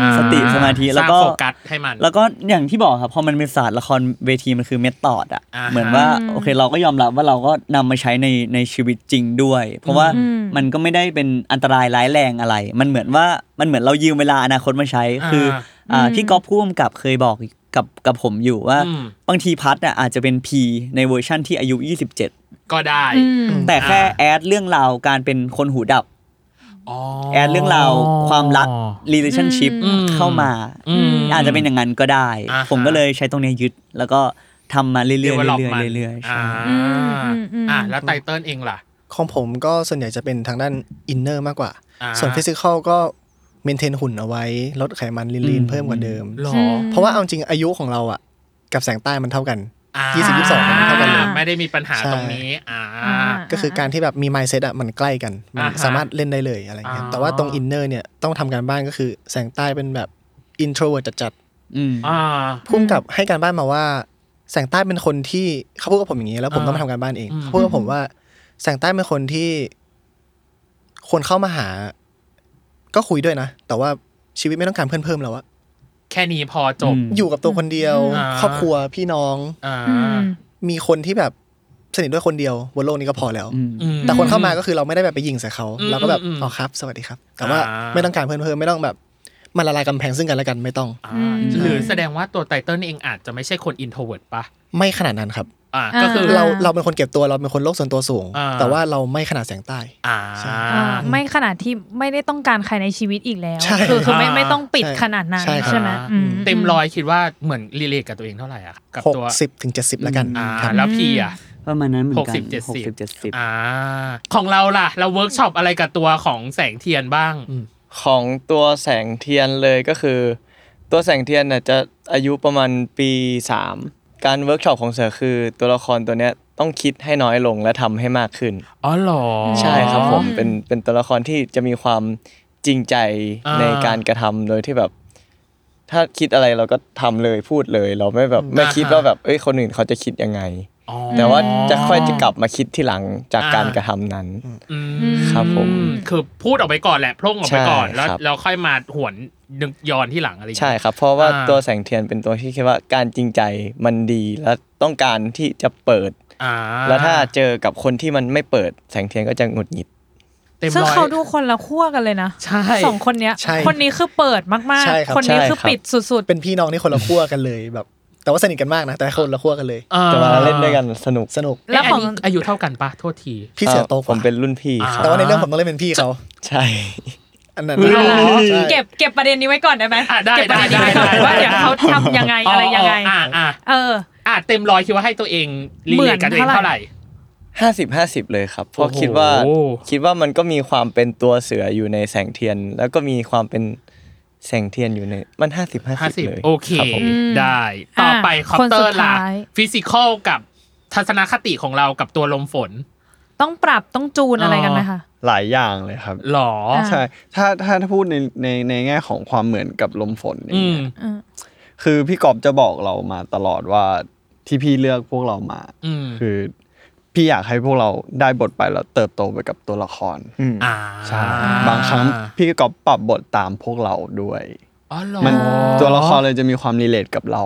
C: อ่า
H: สติสมาธิแล้วก็
C: สร้างโฟกัสให้มัน
H: แล้วก็อย่างที่บอกครับพอมันเป็นศาสตร์ละครเวทีมันคือเมธอดอ่ะ
C: อ่าฮะ
H: เหมือนว่า
B: อืม
H: โอเคเราก็ยอมรับว่าเราก็นำมาใช้ในในชีวิตจริงด้วย เพราะว่า
B: อืม
H: มันก็ไม่ได้เป็นอันตรายร้ายแรงอะไร มันเหมือนว่ามันเหมือนเรายืมเวลาอนาคตมาใช้ คืออ่าพี่ก๊อฟพูมกับเคยบอกกับกับผมอยู่ว่า
C: อืม
H: บางทีพัดอ่ะอาจจะเป็นพีในเวอร์ชั่นที่อายุ 27
C: ก็ได้
B: อืม
H: แต่แค่
C: อ่า
H: แอดเรื่องราวการเป็นคนหูดับ แอดเรื่องราวความรัก relationship
C: อืม
H: เข้ามา
C: อืม
H: อาจจะเป็นอย่างนั้นก็ได้
C: อ่าฮะ
H: ผมก็เลยใช้ตรงเนี้ยยึด แล้วก็ทำมาเรื่อยๆเรื่อย
C: develop มัน
H: ๆเรื่อยๆใช่
C: อ่า
B: อืมอืม
C: อ่ะแล้วไตเติ้ลเองล่ะ
E: ของผมก็ส่วนใหญ่จะเป็นทางด้านอินเนอร์มากกว่า
C: อ่า
E: ส่วนฟิสิกอลก็เมนเทนหุ่นเอาไว้ ลดไขมันลีนๆเพิ่มกว่าเดิม
C: หรอ
B: ม
E: เพราะว่าเอาจริงอายุของเราอ่ะ กับแสงใต้มันเท่ากัน
C: อ่า
E: ยี่สิบยี่สิบสองเท่ากันเลย
C: ไม่ได้มีปัญหาตรงนี้ อ่า
E: ก็คือการที่แบบมี mindset อ่ะมันใกล้กันมัน
C: อ่าฮะ
E: สามารถเล่นได้เลยอะไรอย่างเงี้ย
C: อ่า
E: แต่ว่าตรงอินเนอร์เนี่ยต้องทำการบ้านก็คือแสงใต้เป็นแบบ introvert จัด
H: อืม
C: อ่า
E: ๆพุ่มกับให้การบ้านมาว่า แสงใต้เป็นคนที่เขาพูดกับผมอย่างนี้ แล้วผม
C: อ่า
E: ต้องมาทำการบ้านเอง
C: อืม
E: เขาพูดกับผมว่า แสงใต้เป็นคนที่คนเข้ามาหา ก็คุยด้วยนะ แต่ว่าชีวิตไม่ต้องการเพื่อนเพิ่มแล้วอะ
C: แค่นี้พอจบ
H: อืม
E: อยู่กับตัวคนเดียว
C: อ่า
E: ครอบครัวพี่น้อง
C: อ่า
B: อืม
E: มีคนที่แบบสนิทด้วยคนเดียวบนโลกนี้ก็พอแล้ว
H: อืม
C: อืม
E: แต่คนเข้ามาก็คือเราไม่ได้แบบไปยิงใส่เขา
C: อืม
E: เราก็แบบ
C: อืมอืม
E: อ๋อครับ สวัสดีครับ แต่ว่า
C: อ่า
E: ไม่ต้องการเพิ่มเพิ่มไม่ต้องแบบมันละลายกำแพงซึ่งกันและกันไม่ต้อง
C: อ่าหรือแสดงว่าตัวไตเติ้ลเองอาจจะไม่ใช่คนอินโทรเวิร์ดปะ
E: ไม่ขนาดนั้นครับ
C: อ่า ก็คือ
E: เราเราเป็นคนเก็บตัวเราเป็นคนโลกส่วนตัวสูง
C: อ่า
E: แต่ว่าเราไม่ขนาดแสงใต้
C: อ่า
B: อ่าไม่ขนาดที่ไม่ได้ต้องการใครในชีวิตอีกแล้ว
E: ใช่
B: คือคือไม่
C: อ่า
B: ไม่ต้องปิด
E: ใช่
B: ขนาดนั้น
E: ใช่ครับ
B: ใช่ไหมอืม
C: เต็มร้อยคิดว่าเหมือนรีเลทกับตัวเองเท่าไหร่อ่ะกับ
E: หก
C: ตัว
E: สิบถึงเจ็ดสิบแล้วกัน
C: อ่า
E: ครับ
C: แล้วพี่อ่ะ
H: ประมาณนั้นเหมือนกั
C: หก
H: น
C: สิบเจ็ดสิบ
H: หกสิบเจ็ดสิบ
C: อ่า ของเราล่ะ เราเวิร์กช็อปอะไรกับตัวของแสงเทียนบ้าง
F: ของตัวแสงเทียนเลยก็คือ ตัวแสงเทียนน่ะจะอายุประมาณปีสามการเวิร์กช็อปของเสือคือ ตัวละครตัวเนี้ยต้องคิดให้น้อยลงและทำให้มากขึ้น
C: อ๋อเหรอ
F: ใช่ครับผมเป็นเป็นตัวละครที่จะมีความจริงใจ
C: อ่า
F: ในการกระทำโดยที่แบบ ถ้าคิดอะไรเราก็ทำเลยพูดเลย เราไม่แบบไม่
C: อ่าฮะ
F: คิดว่าแบบเอ้ยคนอื่นเขาจะคิดยังไง
C: อ๋อ
F: แต่ว่าจะค่อยจะกลับมาคิดที่หลังจาก
C: อ่า
F: การกระทำนั้น
C: อืม
F: ครับผม
C: คือพูดออกไปก่อนแหละพร่งออกไปก่อน
F: ใช่
C: แล้ว
F: ครับ
C: เราค่อยมาหวนนึกย้อนที่หลังอะไรอย่าง
F: ใช่
C: เงี้ย
F: ครับ เพราะว่า
C: อ่า
F: ตัวแสงเทียนเป็นตัวที่คิดว่าการจริงใจมันดีและต้องการที่จะเปิด
C: อ่า
F: แล้วถ้าเจอกับคนที่มันไม่เปิดแสงเทียนก็จะหงุดหงิด
C: เต็ม
B: ซึ่ง
C: ร้อย
B: เขาดูคนละขั้วกันเลยนะ
C: ใช่
B: สองคนเนี้ย
E: ใช่
B: คนนี้คือเปิดมาก
E: ใช่ครับ
B: ๆ คนนี้
F: ใช่
B: คือ
F: ครับ
B: ปิดสุด
E: เป็นพี่น้องที่คนละขั้วกันเลยแบบ แต่ว่าสนิทกันมากนะ แต่คนละขั้วกันเลย
C: อ่
F: แต่เวลาเล่นด้วยกันสนุก
E: สนุก
B: ๆ แล้ว
C: เย
B: ของ
C: นนี้อายุเท่ากันปะโทษที
E: พี่เสือโตก
F: ผ
E: ว่าม
F: เป็นรุ่นพี่ครับ
E: แต่ว่าในเรื่องผมต้องเล่นเป็นพี่เขา
F: ใช่
E: อันนั้น
C: เหรอ
E: ใช่
B: เก็บเก็บประเด็นนี้ไว้ก่อนได้ไหม
C: อ่ะได้
B: เก็บประเด็นนี้ไว้ก่อน
C: ได้ได้
B: ว่าเดี๋ยว
C: ได้
B: เขาทำยังไงอะไรยังไง
C: อ่าอ่า
B: เออ
C: อ่าเต็มร้อยคิดว่าให้ตัวเองรี
B: เหมื
C: เล
B: อ
C: ท
B: น
C: กับตัวเอง
B: เท่า
C: เท่า
B: ไห
C: ไห
B: ร่
C: ร่
F: ห้าสิบห้าสิบเลยครับเพราะ
C: โอ้โห
F: คิดว่าคิดว่ามันก็มีความเป็นตัวเสืออยู่ในแสงเทียน แล้วก็มีความเป็นแสงเทียนอยู่ในมันห้าสิบห้า
C: ห้า
F: สิ
C: สิ
F: บบ เลย
C: โอเค
F: รับผม
C: ได้ ต่อไป
B: อ่ะ
C: คอปเต
B: คน
C: อ
B: สุ
C: ร์
B: ด
C: ล่ะ
B: ท้าย
C: ฟิสิกอลกับทัศนคติของเรากับตัวลมฝน
B: ต้องปรับต้องจูนอะไรกันไหมคะ
D: หลายอย่างเลยครับ
C: หรอ
B: อ่ะ
D: ใช่ ถ้าถ้าถ้าพูดในในในแง่ของความเหมือนกับลมฝนเนี่ย
C: อืม
B: อืม
D: คือพี่กอบจะบอกเรามาตลอดว่าที่พี่เลือกพวกเรามา
C: อืม
D: คือ พี่อยากให้พวกเราได้บทไปแล้วเติบโตไปกับตัวละคร
C: อ่า
D: ใช่บางครั้งพี่กอบปรับบทตามพวกเราด้วย
C: อ๋อเหรอ
D: มันตัวละครเลยจะมีความรีเลทกับเรา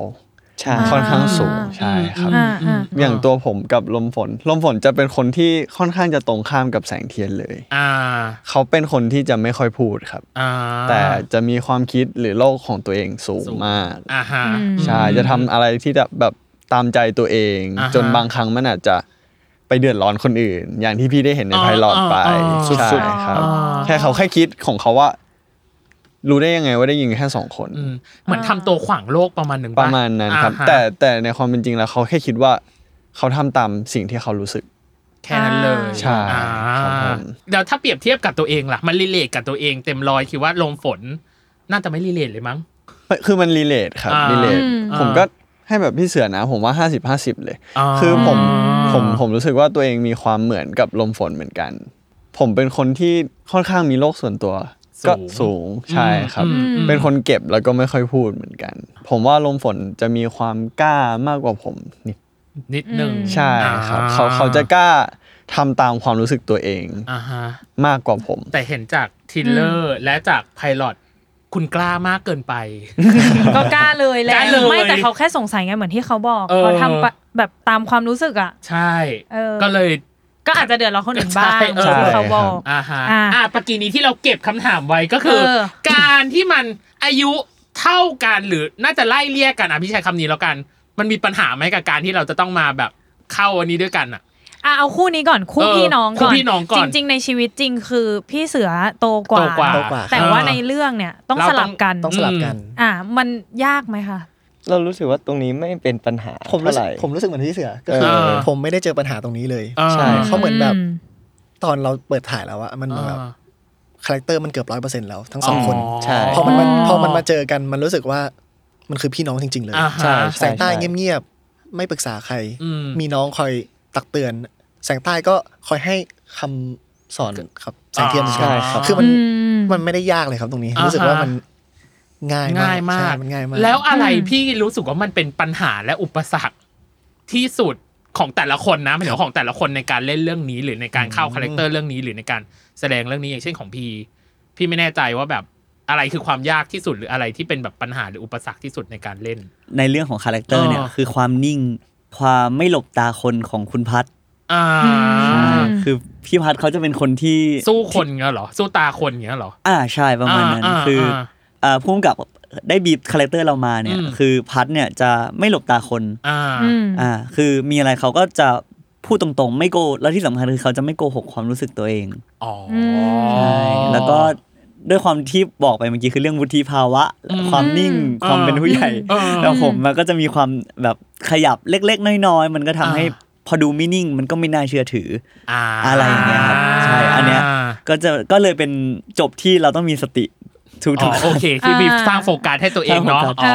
F: ใช่
D: ค่อนข้างสูงใช่ครับ
B: อ่าอ่า
D: อย่างตัวผมกับลมฝน ลมฝนจะเป็นคนที่ค่อนข้างจะตรงข้ามกับแสงเทียนเลย
C: อ่า
D: เขาเป็นคนที่จะไม่ค่อยพูดครับ
C: อ่า
D: แต่จะมีความคิดหรือโลกของตัวเองสูง
C: สูง
D: มาก
C: อ่าฮะ
B: อืม
D: ใช่จะทำอะไรที่แบบแบบตามใจตัวเอง
C: อ่าฮะ
D: จนบางครั้งมันอาจจะไปเดือดร้อนคนอื่น อย่างที่พี่ได้เห็นใน
C: อ๋อ
D: ไพลอตไป
C: อ๋ออ๋อ
D: ใช่ครับ
B: อ๋อ
D: แค่เขาแค่คิดของเขาว่า รู้ได้ยังไงว่าได้ยิงแค่สองคน
C: อืมเหมือนทำตัวขวางโลกประมาณหนึ่ง
D: ประมาณนั้นครับ
C: อ่าฮะ
D: แต่แต่ในความเป็นจริงแล้วเขาแค่คิดว่า เขาทำตามสิ่งที่เขารู้สึก
C: แค่นั้นเลย
D: ใช่
C: อ่า
D: ครับผม
C: แล้วถ้าเปรียบเทียบกับตัวเองล่ะ มันรีเลทกับตัวเองเต็มร้อยคิดว่าลมฝน น่าจะไม่รีเลทเลยมั้ง
D: ไม่คือมันรีเลทครับ
C: อ่า
D: รีเลท
B: อืม
D: ผมก็ให้แบบพี่เสือนะ ผมว่า 50 50 เลย คือผมผมผมรู้สึกว่าตัวเองมีความเหมือนกับลมฝนเหมือนกัน ผมเป็นคนที่ค่อนข้างมีโลกส่วนตัว
C: สูง
D: ก็สูงใช่ครับ
C: อืมอืม
D: เป็นคนเก็บแล้วก็ไม่ค่อยพูดเหมือนกัน ผมว่าลมฝนจะมีความกล้ามากกว่าผมนิด
C: นิดนึง
D: ใช่ครับเขาเขาจะกล้าทำตามความรู้สึกตัวเอง
C: อ่าฮะ
D: มากกว่าผม
C: แต่เห็นจากทิลเลอร์และจากไพลอต คุณกล้ามากเกิ นไป
B: ก็กล้าเลยแห
C: ก
B: ละ
C: ล้าเลย
B: ไม่แต่เขาแค่สงสัยไงเหมือนที่เขาบอก
C: เออ
B: เขาทำปะแบบตามความรู้สึกอ่ะ
C: ใช่
B: เออ
C: ก็เลย
B: ก็อาจจะเดือดร้อนคนอื่นบ้าง
C: ใช่เออ
B: ที่เขาบอก
C: อ่าฮะ
B: อ่ะ
C: อ่าปกีนี้ที่เราเก็บคำถามไว้ก็คือ
B: เออ
C: การที่มันอายุเท่ากันหรือน่าจะไล่เรียกกันอ่ะพี่ใช้คำนี้แล้วกัน มันมีปัญหาไหมกับการที่เราจะต้องมาแบบเข้าอันนี้ด้วยกันอ่ะ
B: อ่ะเอาคู่นี้ก่อนคู่
C: เออ
B: พี่น้องก่
C: คู่
B: อน
C: พี่น้องก่อน
B: จริง ๆ ในชีวิตจริงคือพี่เสือโตกว่า
C: โตกว่า
E: โตกว่าครับ
B: แต่ว่าในเรื่องเนี่ยต้อง
C: เรา
B: ส
C: ต้อง
B: ลับกัน
E: ต้องสลับกัน
B: อ่ะมันยากไหมคะ
F: เรารู้สึกว่าตรงนี้ไม่เป็นปัญหา
E: ผมรู้
F: เท่า
E: สึ
F: ไห
E: ก
F: ร่
E: ผมรู้สึกเหมือนพี่เสือก็คือ
C: เออ
E: ผมไม่ได้เจอปัญหาตรงนี้เลย
C: อ่า
F: ใช่
E: เขาเหมือนแบบ
B: อืม
E: ตอนเราเปิดถ่ายแล้วอะมันเหมือนแบบ
C: อ่า
E: คาแรคเตอร์มันเกือบร้อยเปอร์เซ็นต์แล้วทั้งสองคน
F: ใช่
E: พอมันมา
B: อ๋อ
E: พอมันมาเจอกันมันรู้สึกว่ามันคือพี่น้องจริง ๆ เลย
C: อ่า
F: ใช่
C: ฮะ
E: แสงใต้
F: ช่ช่
E: เงียบๆไม่ปรึกษาใคร
C: อืม
E: มีน้องคอยตักเตือน แสงใต้ก็คอยให้คำสอนครับแสงเทียนเหมือนกัน
F: ใช่ครับ
E: คือมัน
B: อืม
E: มันไม่ได้ยากเลยครับตรงนี้
C: อ่าฮะ
E: รู้สึกว่ามันง่าย
C: ง่ายมาก
E: ใช่มันง่ายมาก
C: แล้วอะไร
B: อืม
C: พี่รู้สึกว่ามันเป็นปัญหาและอุปสรรคที่สุดของแต่ละคนนะหมายถึงว่าของแต่ละคนในการเล่นเรื่องนี้ หรือในการเข้าคาแรคเตอร์เรื่องนี้หรือในการแสดงเรื่องนี้อย่างเช่นของพีพี่ไม่แน่ใจว่าแบบอะไรคือความยากที่สุดหรืออะไรที่เป็นแบบปัญหาหรืออุปสรรคที่สุดในการเล่น
H: ในเรื่องของคาแรคเตอร์เนี่ย
C: อ่า
H: คือความนิ่งความไม่หลบตาคนของคุณพัท
C: อ่า
B: อืม
H: คือพี่พัทเขาจะเป็นคนที่
C: สู้คนเงี้ยเหรอ สู้ตาคนเงี้ยเหรอ
H: อ่าใช่ประมาณนั้น
C: อ่าอ่า
H: คืออา เอ่อพุ่มกับได้บีบคาแรคเตอร์เรามาเนี่ย
C: อืม
H: คือพัทเนี่ยจะไม่หลบตาคน
C: อ่า
B: อืม
H: อ่าคือมีอะไรเขาก็จะพูดตรงๆ ไม่โกแล้วที่สำคัญคือเขาจะไม่โกหกความรู้สึกตัวเอง
C: อ๋อ
B: ใช่
H: ใช่แล้วก็ด้วยความที่บอกไปเมื่อกี้คือเรื่องวุฒิภาวะ ความนิ่งความเป็นผู้ใหญ่
C: เออ
H: แล้วผมมันก็จะมีความแบบขยับเล็กๆ น้อยๆ มันก็ทำให้
C: อ่า
H: พอดูไม่นิ่งมันก็ไม่น่าเชื่อถือ
C: อา
H: อะไรอย่างเงี้ยครับใช่อันเนี้ย ก็จะก็เลยเป็นจบที่เราต้องมีสติทุก
C: อ๋อ
H: ๆ
C: โอเคคือมีสร้างโฟกัสให้ตัวเองเนาะ
H: สร้าง
C: อ๋
H: โฟกั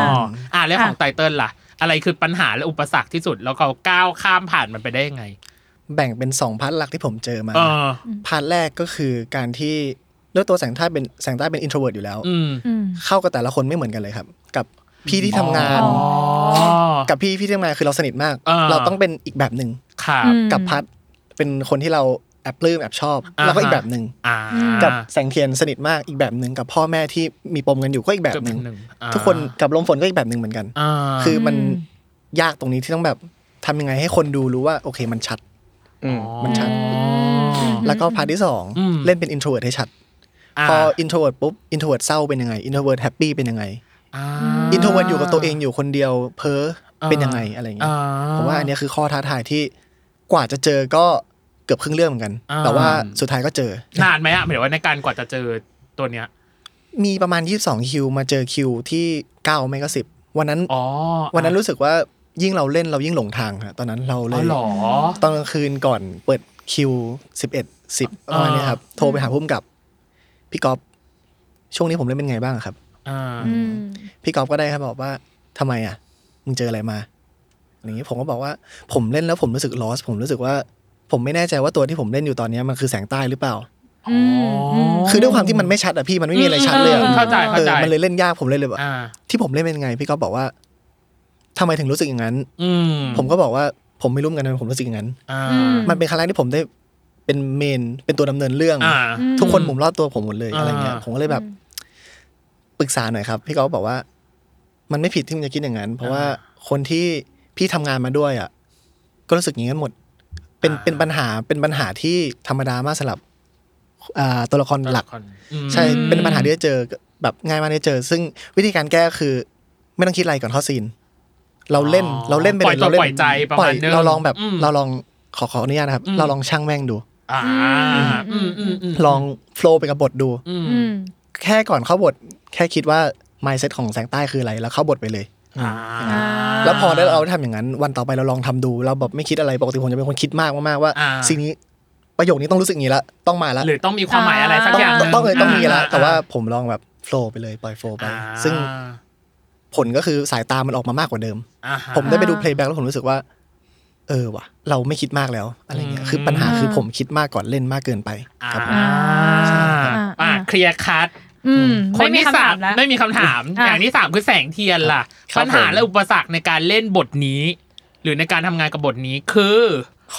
C: อ
H: ส
C: อ่าแล้วของไตเติ้ลล่ะ อะไรคือปัญหาและอุปสรรคที่สุด แล้วเขาก้าวข้ามผ่านมันไปได้ยังไง
E: แบ่งเป็นสองพาร์ทหลักที่ผมเจอมา
C: เออ
E: พาร์ทแรกก็คือการที่ด้วยตัวแสงใต้เป็นแสงใต้เป็นอินโทรเวิร์อยู่แล้ว
C: อืม
B: อืม
E: เข้ากับแต่ละคนไม่เหมือนกันเลยครับ กับพี่ที่ทำงาน
B: อ๋อ
C: อ๋อ
E: กับพี่พี่ที่ทำงานคือเราสนิทมาก
C: อ่า
E: เราต้องเป็นอีกแบบหนึ่ง
C: ครับ
B: อืม
E: กับพัดเป็นคนที่เราแอบปลื้มแอบชอบ
C: อ่า
E: เราก็อีกแบบหนึ่ง
C: อ่า
E: กับแสงเทียนสนิทมากอีกแบบหนึ่งกับพ่อแม่ที่มีปมกันอยู่ก็อีกแบบ
C: กับ
E: หนึ่ง
C: หนึ่งอ่า
E: ทุกคนกับลมฝนก็อีกแบบหนึ่งเหมือนกัน
C: อ่า
E: คือมัน
B: อืม
E: ยากตรงนี้ที่ต้องแบบทำยังไงให้คนดูรู้ว่าโอเคมันชัด
F: อืม
E: มันชัด
C: อ๋อ
E: แล้วก็พาร์ทที่สอง
C: อืม
E: เล่นเป็นอินโทรเวิร์ให้ชัด พออินโทรเวิร์ปุ๊บอินโทรเวิร์เศร้าเป็นยังไงอินโทรเวิร์แฮปปี้เป็นยังไง
C: อ่า
E: อินโทรเวิร์อยู่กับตัวเองอยู่คนเดียวเพ้อเป็นยังไงอะไรอย่างเงี้ย
C: อ่า
E: ผมว่าอันเนี้ยคือข้อท้าทายที่กว่าจะเจอก็เกือบครึ่งเรื่องเหมือนกัน
C: อ่า
E: แต่ว่าสุดท้ายก็เจอ
C: นานไหมอ่ะหมายถึงว่าในการกว่าจะเจอตัวเนี้ย
E: มีประมาณ 22 คิว มาเจอคิวที่9ไม่ก็10 วันนั้น
C: อ๋อ
E: วันนั้นรู้สึกว่ายิ่งเราเล่นเรายิ่งหลงทางครับตอนนั้นเราเล
C: อ๋อย เหรอ
E: ตอนกลางคืนก่อนเปิดคิวสิบเอ็ดสิบประมาณเนี้ยครับ โทรไปหาพุ่มกับ พี่ก๊อฟช่วงนี้ผมเล่นเป็นไงบ้างครับ
C: อ่า
B: อืม
E: พี่ก๊อฟก็ได้ครับบอกว่าทำไมอ่ะ มึงเจออะไรมาอย่างนี้ผมก็บอกว่าผมเล่นแล้วผมรู้สึกลอสผมรู้สึกว่า ผมไม่แน่ใจว่าตัวที่ผมเล่นอยู่ตอนเนี้ยมันคือแสงใต้หรือเปล่า
B: อืมอืม
E: คือด้วยความที่มันไม่ชัดอ่ะพี่มันไม่มีอะไรชัดเลยอะ
C: อืมเข้าใจเข้าใจ
E: ออมันเลยเล่นยากผมเลยเลยแบบ
C: อ่า
E: ที่ผมเล่นเป็นไง พี่ก๊อฟบอกว่าทำไมถึงรู้สึกอย่างนั้น
C: อืม
E: ผมก็บอกว่าผมไม่รู้เหมือนกันทำไมผมรู้สึกอย่างนั้น
C: อ่า
B: อืม
E: มันเป็นครั้งแรกที่ผมได้เป็นเมนเป็นตัวดำเนินเรื่อง
C: อ่า
E: ทุกคนหมุมรอบตัวผมหมดเลย
C: อ่า
E: อะไรเงี้ยผมก็เลยแบบปรึกษาหน่อยครับ พี่ก๊อฟบอกว่า มันไม่ผิดที่มึงจะคิดอย่างนั้น เพราะว่าคนที่พี่ทำงานมาด้วยอ่ะก็รู้สึกอย่างนั้นหมด เป็นเป็นปัญหาเป็นปัญหาที่ธรรมดามากสำหรับอ่าตัวละครหลัก
C: อืม
E: ใช่เป็นปัญหาที่จะเจอแบบง่ายมากที่จะเจอ ซึ่งวิธีการแก้คือ ไม่ต้องคิดอะไรก่อนเข้าซีน เราเล่นเราเล่นไป
C: ปล่อย
E: เลย
C: ตัว
E: เราเล่
C: ป
E: น
C: ล่อยใจประ
E: ปล่
C: มา
E: อ
C: ณ
E: ย
C: นึง
E: เราลองแบบ
C: ม
E: เราลองขอขออนุญาตนะครับ
C: อืม
E: เราลองช่างแม่งดู
C: อ่าอืมอืมอืม
E: ลองโฟล์ไปกับบทดู
C: อืม
B: อืม
E: แค่ก่อนเข้าบทแค่คิดว่า mindset ของแสงใต้คืออะไร แล้วเข้าบทไปเลย
C: อ่า
E: แล้วพอได้เราทำอย่างนั้น วันต่อไปเราลองทำดู เราแบบไม่คิดอะไรปกติผมจะเป็นคนคิดมากมากๆว่าสิ่งนี้ประโยคนี้ต้องรู้สึกอย่างนี้ละต้องมาละ
C: หรือต้องมีความหมายอะไรสัก
E: ต้อง
C: อย่างหนึ่
E: ต้องเลยต้องมีละแต่ว่า
C: อ่
E: ผมลองแบบโฟล์ไปเลยปล่อยโฟล์ไป
C: อ่า
E: ซึ่งผลก็คือสายตามันออกมามากกว่าเดิม
C: อ่าฮะ
E: ผมได้ไปดูเพลย์แบ็กแล้วผมรู้สึกว่า เออว่ะ เราไม่คิดมากแล้วอะไรเงี้ยคือปัญหาคือผมคิดมากก่อนเล่นมากเกินไปครับผม
C: อ่า
B: ใช่อ่า
C: อ่าเคลียร์คัด
B: อืม
C: คนที่
B: ไำ
C: สา
B: ถ
C: ม
B: แล้ว
C: ไม่มีคำถาม
B: อ่ะ
C: อย่างที่สามคือแสงเทียนล่ะ
E: ครับ
C: ปัญหา
E: ผม
C: และอุปสรรคในการเล่นบทนี้ หรือในการทำงานกับบทนี้คือ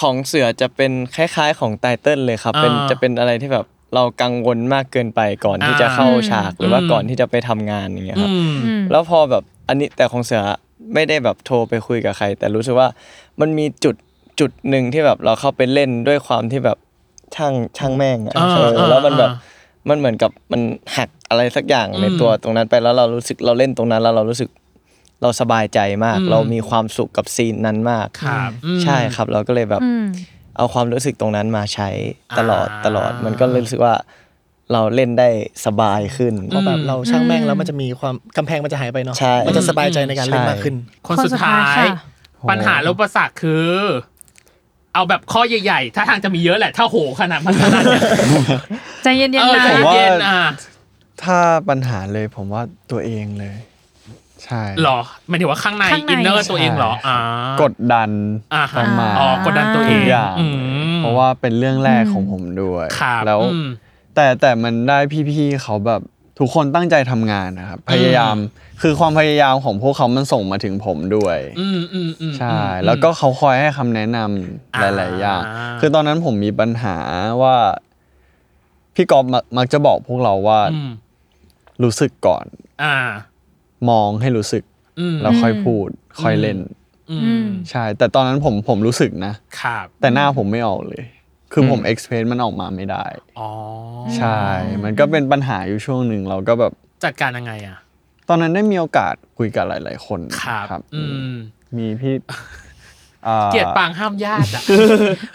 F: ของเสือจะเป็นคล้าย ๆ ของไตเติ้ลเลยครับ เป็น
C: อ่า
F: จะเป็นอะไรที่แบบ เรากังวลมากเกินไปก่อนที่จะเข้าฉากหรือว่า
C: อืม
F: ก่อนที่จะไปทำงานอย่างเงี้ยครับ
C: อืม
B: อืม
F: แล้วพอแบบอันนี้แต่ของเสือไม่ได้แบบโทรไปคุยกับใคร แต่รู้สึกว่ามันมีจุดจุดหนึ่งที่แบบเราเข้าไปเล่นด้วยความที่แบบช่างช่างแม่งอะ
C: อ่า
F: เออ
C: อ่า
F: แล้วมันแบบ
C: อ่า
F: มันเหมือนกับมันหักอะไรสักอย่างใน
C: อืม
F: ตัวตรงนั้นไปแล้วเรารู้สึกเราเล่นตรงนั้นแล้วเรารู้สึกเราสบายใจมาก
C: อืม
F: เรามีความสุขกับซีนนั้นมาก
C: ครับอืม
F: ใช่ครับ เราก็เลยแบบ
B: อืม
F: เอาความรู้สึกตรงนั้นมาใช้ตลอด
C: อ่า
F: ตลอดมันก็เลยรู้สึกว่าเราเล่นได้สบายขึ้น
E: เพราะแบบเราช่างแม่ง
B: อืม
E: แล้วมันจะมีความกำแพงมันจะหายไปเนาะ
F: ใช่
E: มันจะสบายใจในการเล่นมากขึ้น
C: คนสุดท้าย
B: ค่ะ
C: ปัญหาและอุปสรรคคือ เอาแบบข้อใหญ่ๆ ถ้าทางจะมีเยอะแหละ ถ้าโหขนาดมันขนาดเนี้ย
B: ใจเย็น
C: เอ
B: ๆ
C: อ
B: นะ
C: ใจ
D: ผมว่า
C: เย็นอ่ะ
D: ถ้าปัญหาเลยผมว่าตัวเองเลย ใช่
C: หรอหมายถึงว่าข้างใน
B: ข้างใน
C: อินเนอร์ตัวเองเหรออ่าก
D: ดดัน
C: อ่า
D: ป
C: ฮะ
D: ระมาณ
C: อ๋อกดดันตัวเอ
D: ทุ
C: ง
D: กอย่าง
C: อืม
D: เพราะว่าเป็นเรื่องแรกของผมด้วย
C: ครับ
D: แล้ว
C: อืม
D: แต่แต่มันได้พี่ๆเขาแบบทุกคนตั้งใจทำงานนะครับพยายามคือความพยายามของพวกเขามันส่งมาถึงผมด้วย
C: อืมอืมอืม
D: ใช่
C: อืม
D: แล้วก็เขาคอยให้คำแนะนำห
C: อ่า
D: ลาย ๆ อย่าง คือตอนนั้นผมมีปัญหาว่า พี่กอฟมักมักจะบอกพวกเราว่า
C: อืม
D: รู้สึกก่อน
C: อ่าม
D: องให้รู้สึก
C: อืม
D: แล้วค่อยพูด ค่อยเล่น
C: อื
B: อื
C: ม
B: ม
D: ใช่ แต่ตอนนั้นผมผมรู้สึกนะ
C: ครับ
D: แต่หน้าผมไม่ออกเลย คืออ
F: ม
D: ผมเอ็กซ์เพรสมันออกมาไม่ได้
C: อ๋อ
D: ใช่ มันก็เป็นปัญหาอยู่ช่วงหนึ่งเราก็แบบ
C: จัดการยังไงอ่ะ
D: ตอนนั้นได้มีโอกาสคุยกับหลาย ๆ คน
C: ครับ อืม
D: มีพี่อ่า
C: เกลียดปางห้ามญาติอ่ะ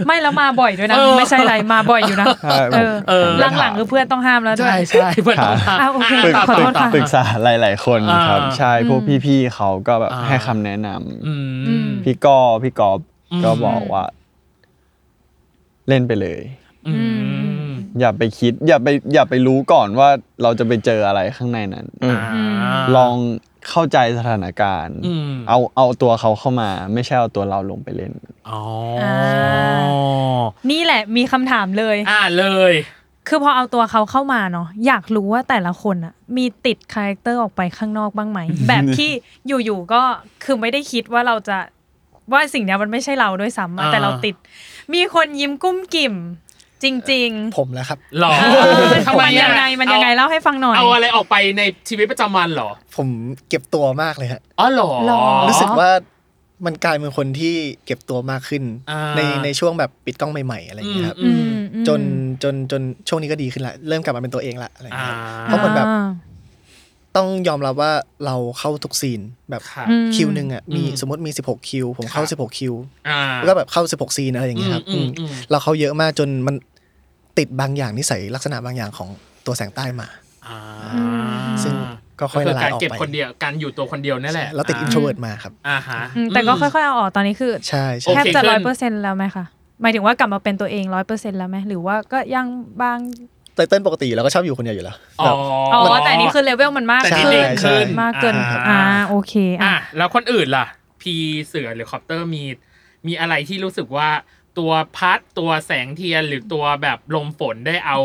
B: ไม่แล้วมาบ่อยด้วยนะ
C: เออ
B: ไม่ใช่ไรมาบ่อยอยู่นะ
D: ใช่ผ
B: เอ
D: ม
B: อ
C: เออ
D: ผมก็ถาม
B: หลังๆคือเพื่อนต้องห้ามแล้วด้วย
C: ใช่ใช่เพื่อนต้อง
D: ครับ
C: ทำ
B: อ่ะโอเค
C: ะ
D: ปรึก
C: ต่
D: ปรึ
B: ขอโทษ
C: ต่
D: ก
B: ค่ะ
D: ปรึกษาหลาย ๆ คนครับ
C: อ่า
D: ใช่พวก
B: อืม
D: พี่ ๆ เขาก็แบบ
C: อ่า
D: ให้คำแนะนำ
C: อื
B: อื
C: ม
B: ม
D: พี่กอพี่กอบ
C: อืม
D: ก็บอกว่า เล่นไปเลย
C: อืม
D: อย่าไปคิด อย่าไป อย่าไปรู้ก่อนว่าเราจะไปเจออะไรข้างในนั้น
F: อืม
C: า
D: ลองเข้าใจสถานการณ์
C: อืม
D: เอาเอาตัวเขาเข้ามา ไม่ใช่เอาตัวเราลงไปเล่น
C: อ๋อ
B: อ่า นี่แหละมีคำถามเลย
C: อ่าเลย
B: คือพอเอาตัวเขาเข้ามาเนาะอยากรู้ว่าแต่ละคนอะมีติดคาแรคเตอร์ออกไปข้างนอกบ้าง ไหม แบบที่อยู่ๆก็คือไม่ได้คิดว่าเราจะว่าสิ่งเนี้ยมันไม่ใช่เราด้วยซ้ำอะ
C: อ่า
B: แต่เราติด มีคนยิ้มกุ้มกิ่ม จริง
E: ผมแหล้วครับ
C: หรอ
B: ๆเออ
C: ทำไม
B: มัน
C: อะ
B: ยังไงมันยังไง
C: เอา
B: เล่าให้ฟังหน่อย
C: เอาอะไรออกไปในชีวิตประจำวันเหรอ
E: ผมเก็บตัวมากเลยฮะ
C: อ๋อเหรอ
B: หรอ
E: รู้สึกว่ามันกลายเป็นคนที่เก็บตัวมากขึ้น
C: อ่า
E: ในในช่วงแบบปิดกล้องใหม่ๆอะไรอย่างเงี้ยครับ
C: อื
B: อืมอืม
E: จนจนจนช่วงนี้ก็ดีขึ้นละเริ่มกลับมาเป็นตัวเองละอะไรอย่าง
C: อ่า
E: เงี้ย เพราะมันแบบ
B: อ่า
E: ต้องยอมรับว่าเราเข้าทุกซีนแบบ
C: ครับ
B: อืม
E: คิวหนึ่งอ่ะมี
C: อืม
E: สมมติมี 16 คิว ผม
C: ค
E: เข้า
C: รับ
E: 16 คิว
C: อ่า
E: แล้วก็แบบเข้า 16 ซีนอะไรอย่างเงี้ยครับ
C: อืมอืม
E: อืม
C: อืม
E: เราเข้าเยอะมากจนมันติดบางอย่างนิสัยลักษณะบางอย่างของตัวแสงใต้มา
C: อ่า
E: ซึ่งก็ค่อย
C: ก็
E: ละลา
C: การ
E: ยออก
C: เก็บ
E: ไป
C: คนเดียวการอยู่ตัวคนเดียวนั่นแหละ
E: แล้วติดอินโทรเวิร์ดมาครับ
C: อ่าฮะ
B: อืมแต่ก็ค่อยๆเอาออกตอนนี้คือ
E: ใช่
C: โอ
B: แท
E: ใช่
B: บ
C: เค
B: จะ
C: ขึ้
B: ร้อย
C: น
B: เปอร์เซ็นต์แล้วไหมคะหมายถึงว่ากลับมาเป็นตัวเองร้อยเปอร์เซ็นต์แล้วไหมหรือว่าก็ยังบาง
E: ไตเติ้ลปกติเราก็ชอบอยู่คนเดียวอยู่แล้ว
C: อ๋อ
B: อ๋อแต่อันนี่คือเลเวลมันมาก
C: แต่นี่
B: ขึ้
C: เด็
B: น
C: กขึ้น
B: มากเกิน
C: อ่
B: อ่าโอเค
C: อ่ะ
B: อ่ะ
C: แล้วคนอื่นล่ะ พีเสือหรือคอปเตอร์มีดมีอะไรที่รู้สึกว่าตัวพัดตัวแสงเทียนหรือตัวแบบลมฝนได้เอา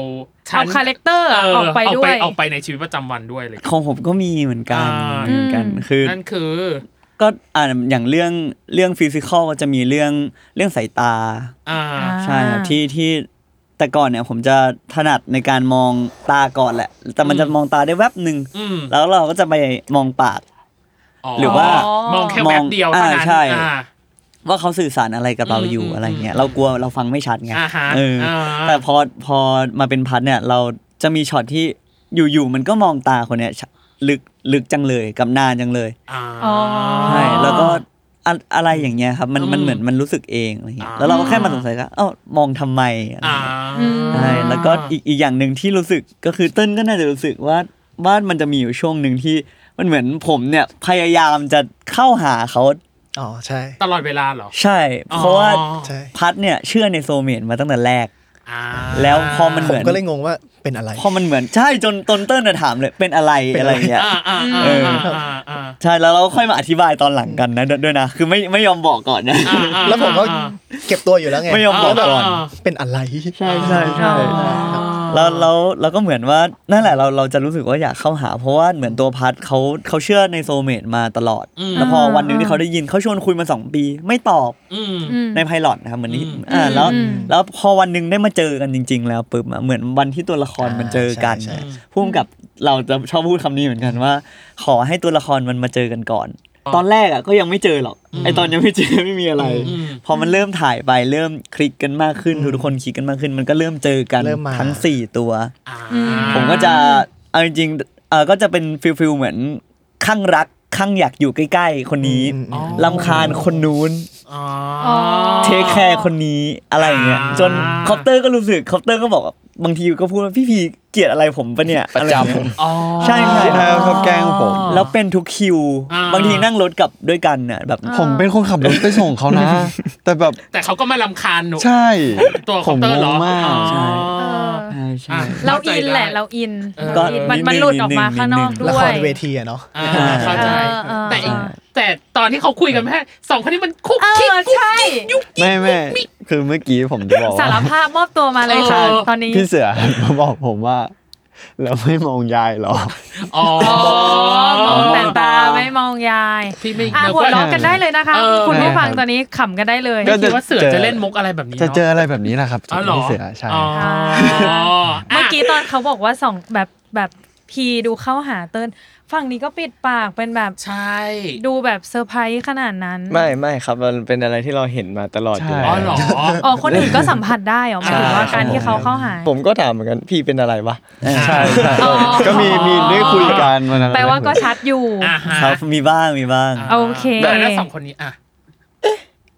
C: ชั้น
B: เอาคาแรคเตอร์อะออกไปด้วย
C: ออกไปในชีวิตประจำวันด้วยเลย
H: ของผมก็มีเหมือนกัน
C: อ่า
H: เหมือนกัน
B: อืม
H: คือ
C: นั่นคือ
H: ก็อ่าอย่างเรื่องเรื่องฟิสิกอลก็จะมีเรื่องเรื่องสายตา
C: อ่า
H: ใช่ครับที่ที่แต่ก่อนเนี่ยผมจะถนัดในการมองตาก่อนแหละ แต่มันจะ
C: อืม
H: มองตาได้แวบหนึ่ง
C: อืม
H: แล้วเราก็จะไปมองปาก หรือว่าม
C: องแค่แวบเดียวเท่านั้น
H: อ่าใช่
C: อ่า
H: ว่าเขาสื่อสารอะไรกับเราอยู่
C: อืม
H: อะไรเงี้
C: อื
H: ย
C: ม
H: เรากลัวเราฟังไม่ชัดไง
C: อ่าฮะ
H: เอออาแต่พอพอมาเป็นพัดเนี่ยเราจะมีช็อตที่อยู่ๆมันก็มองตาคนเนี้ยลึกลึกจังเลยกับนานจังเลย
C: อ่า
B: อ๋อ
H: ใช่แล้วก็อะอะไรอย่างเงี้ยครับมัน
C: อืม
H: มันเหมือนมันรู้สึกเองอะไรเงี้ย
C: อ่า
H: แล้วเราก็แค่มาสงสัยว่าเอ้ามองทำไมอะไร
C: อ่า
H: เงี้ยใช่แล้วก็อีกอีกอย่างหนึ่งที่รู้สึกก็คือเต้นก็น่าจะรู้สึกว่าบ้านมันจะมีอยู่ช่วงหนึ่งที่มันเหมือนผมเนี่ยพยายามจะเข้าหาเขา
E: อ๋อใช่
C: ตลอดเวลาเหรอ
H: ใช่ เพราะว่า
C: อ๋อ
E: ใช่
H: พัดเนี่ยเชื่อในโซลเมตมาตั้งแต่แรก
C: อ่า
H: แล้วพอมันเห
E: ผ
H: มื
E: ม
H: อน
E: ก็เลยงงว่าเป็นอะไร
H: พอมันเหมือนใช่จนตนเต้นน่ะถามเลยเป็นอะไร
E: เป็น
H: อะ
E: อะไร
H: ไรเงี้ย
C: อ่าอ่าอ่าอ่าอ่า
H: ใช่แล้วเราก็ค่อยมาอธิบายตอนหลังกันนะด้วยนะคือไม่ไม่ยอมบอกก่อนนะ
C: อ่า
E: แล้วผมก็
C: อ่า
E: เก็บตัวอยู่แล้วไง
H: ไม่ยอมบอกก่อน
E: เป็นอะไร
H: ใช่ใช่ใช่
C: อ่า
H: เราเราเราก็เหมือนว่านั่นแหละเราเราจะรู้สึกว่าอยากเข้าหา เพราะว่าเหมือนตัวพัดเขาเขาเชื่อในโซลเมตมาตลอด
C: อืม
H: แล้วพอวันหนึ่งที่เขาได้ยินเขาชวนคุยมาสองปี ไม่ตอบ
C: อืม
B: อืม
H: ในไพลอตนะครับเหมือนที่
C: อืม
H: อ่าแล้ว
B: อืม
H: แล้วพอวันหนึ่งได้มาเจอกันจริง ๆ แล้วปุ๊บอะเหมือนวันที่ตัวละครมันเจอกัน
E: ใช่ใช่
H: พุ่มกับเราจะชอบพูดคำนี้เหมือนกันว่า ขอให้ตัวละครมันมาเจอกันก่อน ตอนแรกอะก็ยังไม่เจอหรอกไอตอนยังไม่เจอไม่มีอะไร
C: อืม
H: พอมันเริ่มถ่ายไปเริ่มคลิกกันมากขึ้นทุกคนคลิกกันมากขึ้น มันก็เริ่มเจอกัน
E: เริ่มมา
H: ทั้งสี่ตัว
C: อ่า
H: ผมก็จะเอาจริงๆเออก็จะเป็นฟิลฟิลเหมือนข้างรักข้างอยากอยู่ใกล้ ๆ คนนี้
E: อืมอืม
H: ลำคาญคนนู้น
C: อ๋อ
H: เทคแคร์คนนี้อะไรอย่างเงี้ย
C: อ่า
H: จนคอปเตอร์ก็รู้สึกคอปเตอร์ก็บอกว่าบางทีก็พูดว่าพี่พีเกลียดอะไรผมปะเนี่ย
D: ประจำ
H: อไอย่างเงี้ย
C: อ๋อ
H: ใช่ใช่
D: ถ้าเขาแกล้งผม
H: แล้วเป็นทุกคิว
C: อ่า
H: บางทีนั่งรถกลับด้วยกันน่ะแบบ
D: ผมเป็นคนขับรถไปส่งเขานะ แต่แบบ
C: แต่เขาก็มาลำคาญหนู
D: ใช่
C: ตัวค
D: ผ
C: อม
D: ม
C: เตอร์
D: ง
C: เหรง อ
D: มา
C: อ๋
D: ก
C: อ
H: ใช่ ใช่
C: อ่ะ
H: ใช่
B: เราอินแหละเราอิน
C: เออ
B: เราอินมันมันหลุดออกมาข้างนอกด้วย
E: ละครเวทีอะเนาะ
C: อ่าเข้าใจ
B: เออเออ
C: แต่อีกแต่ตอนที่เขาคุยกันแม่สองคนนี้มันคุก
B: เอ
C: คิก
B: อใช่
D: แม่แม่คือเมื่อกี้ผมจะบอก
B: สาร
D: ว่า
B: ภาพมอบตัวมาเลยค่ะ
C: เออ
B: ตอนนี้
D: พี่เสือ มาบอกผมว่า แล้วไม่มองยายเหรอ
C: อ๋อ
B: อ๋อมองแต่ตา
D: อ๋อ
B: ไม่มองยาย
C: พี่ไม่
B: อ่ะ
C: นึก
B: หัว
C: ว่า
B: เราะกันได้เลยนะคะ
C: เออ
B: คุณผู้ฟัง
D: ใช่ครับ
B: ตอนนี้ขำกันได้เลย
C: ไม่คิดว่าเสือจะเล่นมุกอะไรแบบนี้
D: จะ
C: เนาะ
D: เจออะไรแบบนี้แหละครับ
C: อ๋อเหรอ
D: พี่เสือใช่
C: อ๋ออ๋อ
B: เมื่อกี้ตอนเขาบอกว่าสองแบบแบบพีดูเข้าหาเติ้ลฝั่งนี้ก็ปิดปากเป็นแบบ
C: ใช่
B: ดูแบบเซอร์ไพรส์ขนาดนั้น
F: ไม่ไม่ครับมันเป็นอะไรที่เราเห็นมาตลอดอยู่
D: ใช่
C: อ๋
F: แล้ว
C: อเหรอ
B: อ๋อคนอื่นก็สัมผัสได้เหรอหมายถึงว่า
F: ใช่
B: การที่เขาเข้าหา
F: ผมก็ถามเหมือนกันพี่เป็นอะไรวะ
D: ใช่ใช่
B: อ๋อ
D: ก็มีมีได้คุยกันวันนั้น
B: แปลว่าก็ชัดอยู่
C: อ่าฮะ
H: ครับมีบ้างมีบ้าง
B: โอเค
C: แต่แล้วสองคนนี้อ่ะ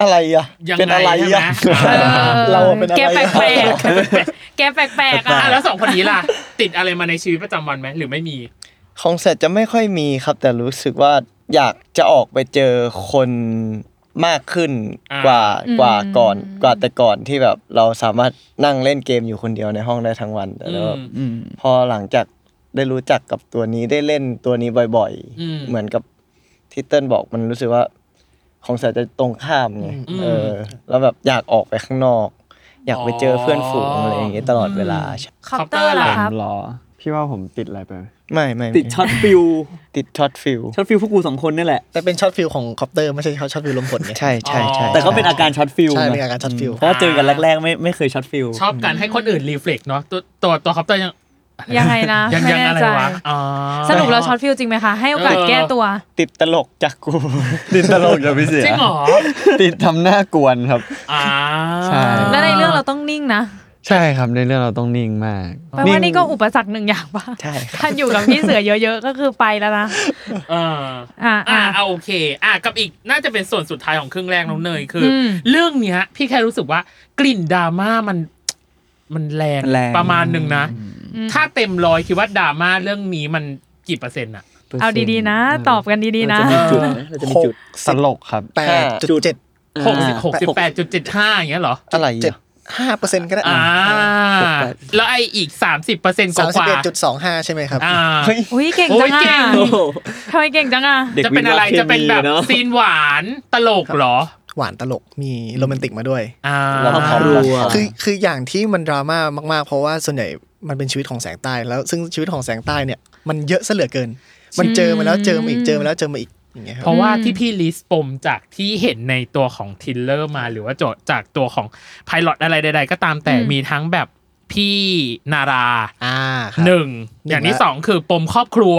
F: อะไรอ่ะ
C: ยังไง
F: เป็นอะไร
C: ใช่
F: อ่ะ
C: ไหม
B: เออ
E: เราเป็นอะไร
B: แกแปลก ๆแกแปลกๆอ่ะ
C: อ่ะแล้วสองคนนี้ล่ะ ติดอะไรมาในชีวิตประจำวันไหมหรือไม่มี
F: ของเสร็จจะไม่ค่อยมีครับ แต่รู้สึกว่าอยากจะออกไปเจอคนมากขึ้น
C: อ่าก
F: กว่า
B: อืม
F: กว่าก่อนกว่าแต่ก่อนที่แบบเราสามารถนั่งเล่นเกมอยู่คนเดียวในห้องได้ทั้งวันแต่แล้ว
C: อืม
H: อืม
F: พอหลังจากได้รู้จักกับตัวนี้ได้เล่นตัวนี้บ่อย
C: อืม
F: ๆ เหมือนกับที่เติ้ลบอกมันรู้สึกว่า ของเสร็จจะตรงข้ามไง
C: อืม
F: เออ แล้วแบบอยากออกไปข้างนอก อยากไปเจอเพื่อนฝูงอะไรอย่างเงี้ยตลอดเวลาใช่
B: คอปเตอร์ล่ะ
C: คอปเตอร์ล่ะ
B: ครับ
D: ผมรอ พี่ว่าผมติดอะไรไปไหม
F: ไม่ไม่
H: ติดช็อตฟิว
F: ติดช็อตฟิล
H: ช็อตฟิวพวกกูสองคนนี่แหละ
E: แต่เป็นช็อตฟิลของคอปเตอร์ไม่ใช่ช็อตฟิลลมผลเนี่ย
F: ใช่ใช่ใช่
H: แต่ก็เป็นอาการช็อตฟิล
E: ใช่
H: นะ
E: เป็นอาการช็อตฟิล
H: เพราะว่าเจอกันแรกๆไม่ไม่เคยช็อตฟิล
C: ชอบการให้คนอื่นรีเฟล็กเนาะตัวตัวตัวคอปเตอร์ยัง
B: ยังไงนะ
C: ยัง
B: ไม่
C: ยัง
B: แน่
C: อะไร
B: ใจ
C: วะอ๋อ
B: สรุปเราช็อตฟิลจริงไหมคะ ให้โอกาส
C: เออ
B: แก้ตัว
F: ติดตลกจากกู
D: ติดตลกอย่าพี่เสือ
C: จริงเหรอ
D: ติดทำหน้ากวนครับ
C: อ่า
D: ใช่
B: แล้วในเรื่องเราต้องนิ่งนะ
D: ใช่ครับในเรื่องเราต้องนิ่งมาก
B: แปลว่านี่ก็อุปสรรคหนึ่งอย่าง ป่ะ
F: ใช่ครับ
B: ถ้าอยู่กับพี่เสือเยอะๆ ก็คือไปแล้วนะ
C: เออ
B: อ่า
C: อ่า
B: อ่า
C: เอาโอเค อ่ากับอีกน่าจะเป็นส่วนสุดท้ายของครึ่งแรกน้องเนยคืออ
B: ม
C: เรื่องเนี้ย พี่แค่รู้สึกว่ากลิ่นดราม่ามันมันแรง
H: แรง
C: ประมาณหนึ่งนะ ถ้าเต็มร้อยคิดว่าดราม่าเรื่องนี้มันกี่เปอร์เซ็นต์อะ
B: เอาดีๆนะ ตอบกันดีๆนะ
H: เราจะมีจุดนะเราจะมี
E: ห
H: จุ
E: ก
H: ด
D: ตลกครับ
E: แปดจุดเจ็ด
C: หกสิบหกสิบแปดจุดเจ็ดห้าอย่างเงี้ยเหรอ
F: อะไร
E: เจ็ด
F: อ่ะ
E: ห้าเปอร์เซ็นต์ก็ได้
C: อ่า แล้วไออีกสามสิบเปอร์เซ็นต์ก
E: สามสิบ
C: ว่า
E: เอ็ดจุดสองห้าใช่ไหมครับ
C: ๆอ่า
B: อุ้ยเก่ง
C: โอ้
B: จัง
C: ยเก่
B: อ่ะ
C: ง
H: โอ้โห
B: ทำไมเก่งจังอ่ะ
C: จะเป็นอะไรจะเป็นแบบซีนหวานตลกเหรอ
E: หวานตลกมีโรแมนติกมาด้วย
C: อ่า
F: เรา
H: คร
F: ทำ
H: อบครัว
F: แบบ
E: คือคืออย่างที่มันดราม่ามากๆ เพราะว่าส่วนใหญ่มันเป็นชีวิตของแสงใต้ แล้วซึ่งชีวิตของแสงใต้เนี่ยมันเยอะซะเหลือเกิน มันเจอมาแล้วเจอมาอีกเจอมาแล้วเจอมาอีกอย่างเงี้ยค
C: เพ
E: รับ
C: ราะว่าที่พี่ลิสต์ปมจากที่เห็นในตัวของทิลเลอร์มาหรือว่าโจทย์จากตัวของไพลอตอะไรใด ๆ ก็ตามแต่
B: อืม
C: มีทั้งแบบพี่นารา
E: อ่าครับ
C: หนึ่ง
E: หนึ่ง
C: อย่างที่
E: ละ
C: สองคือปมครอบครัว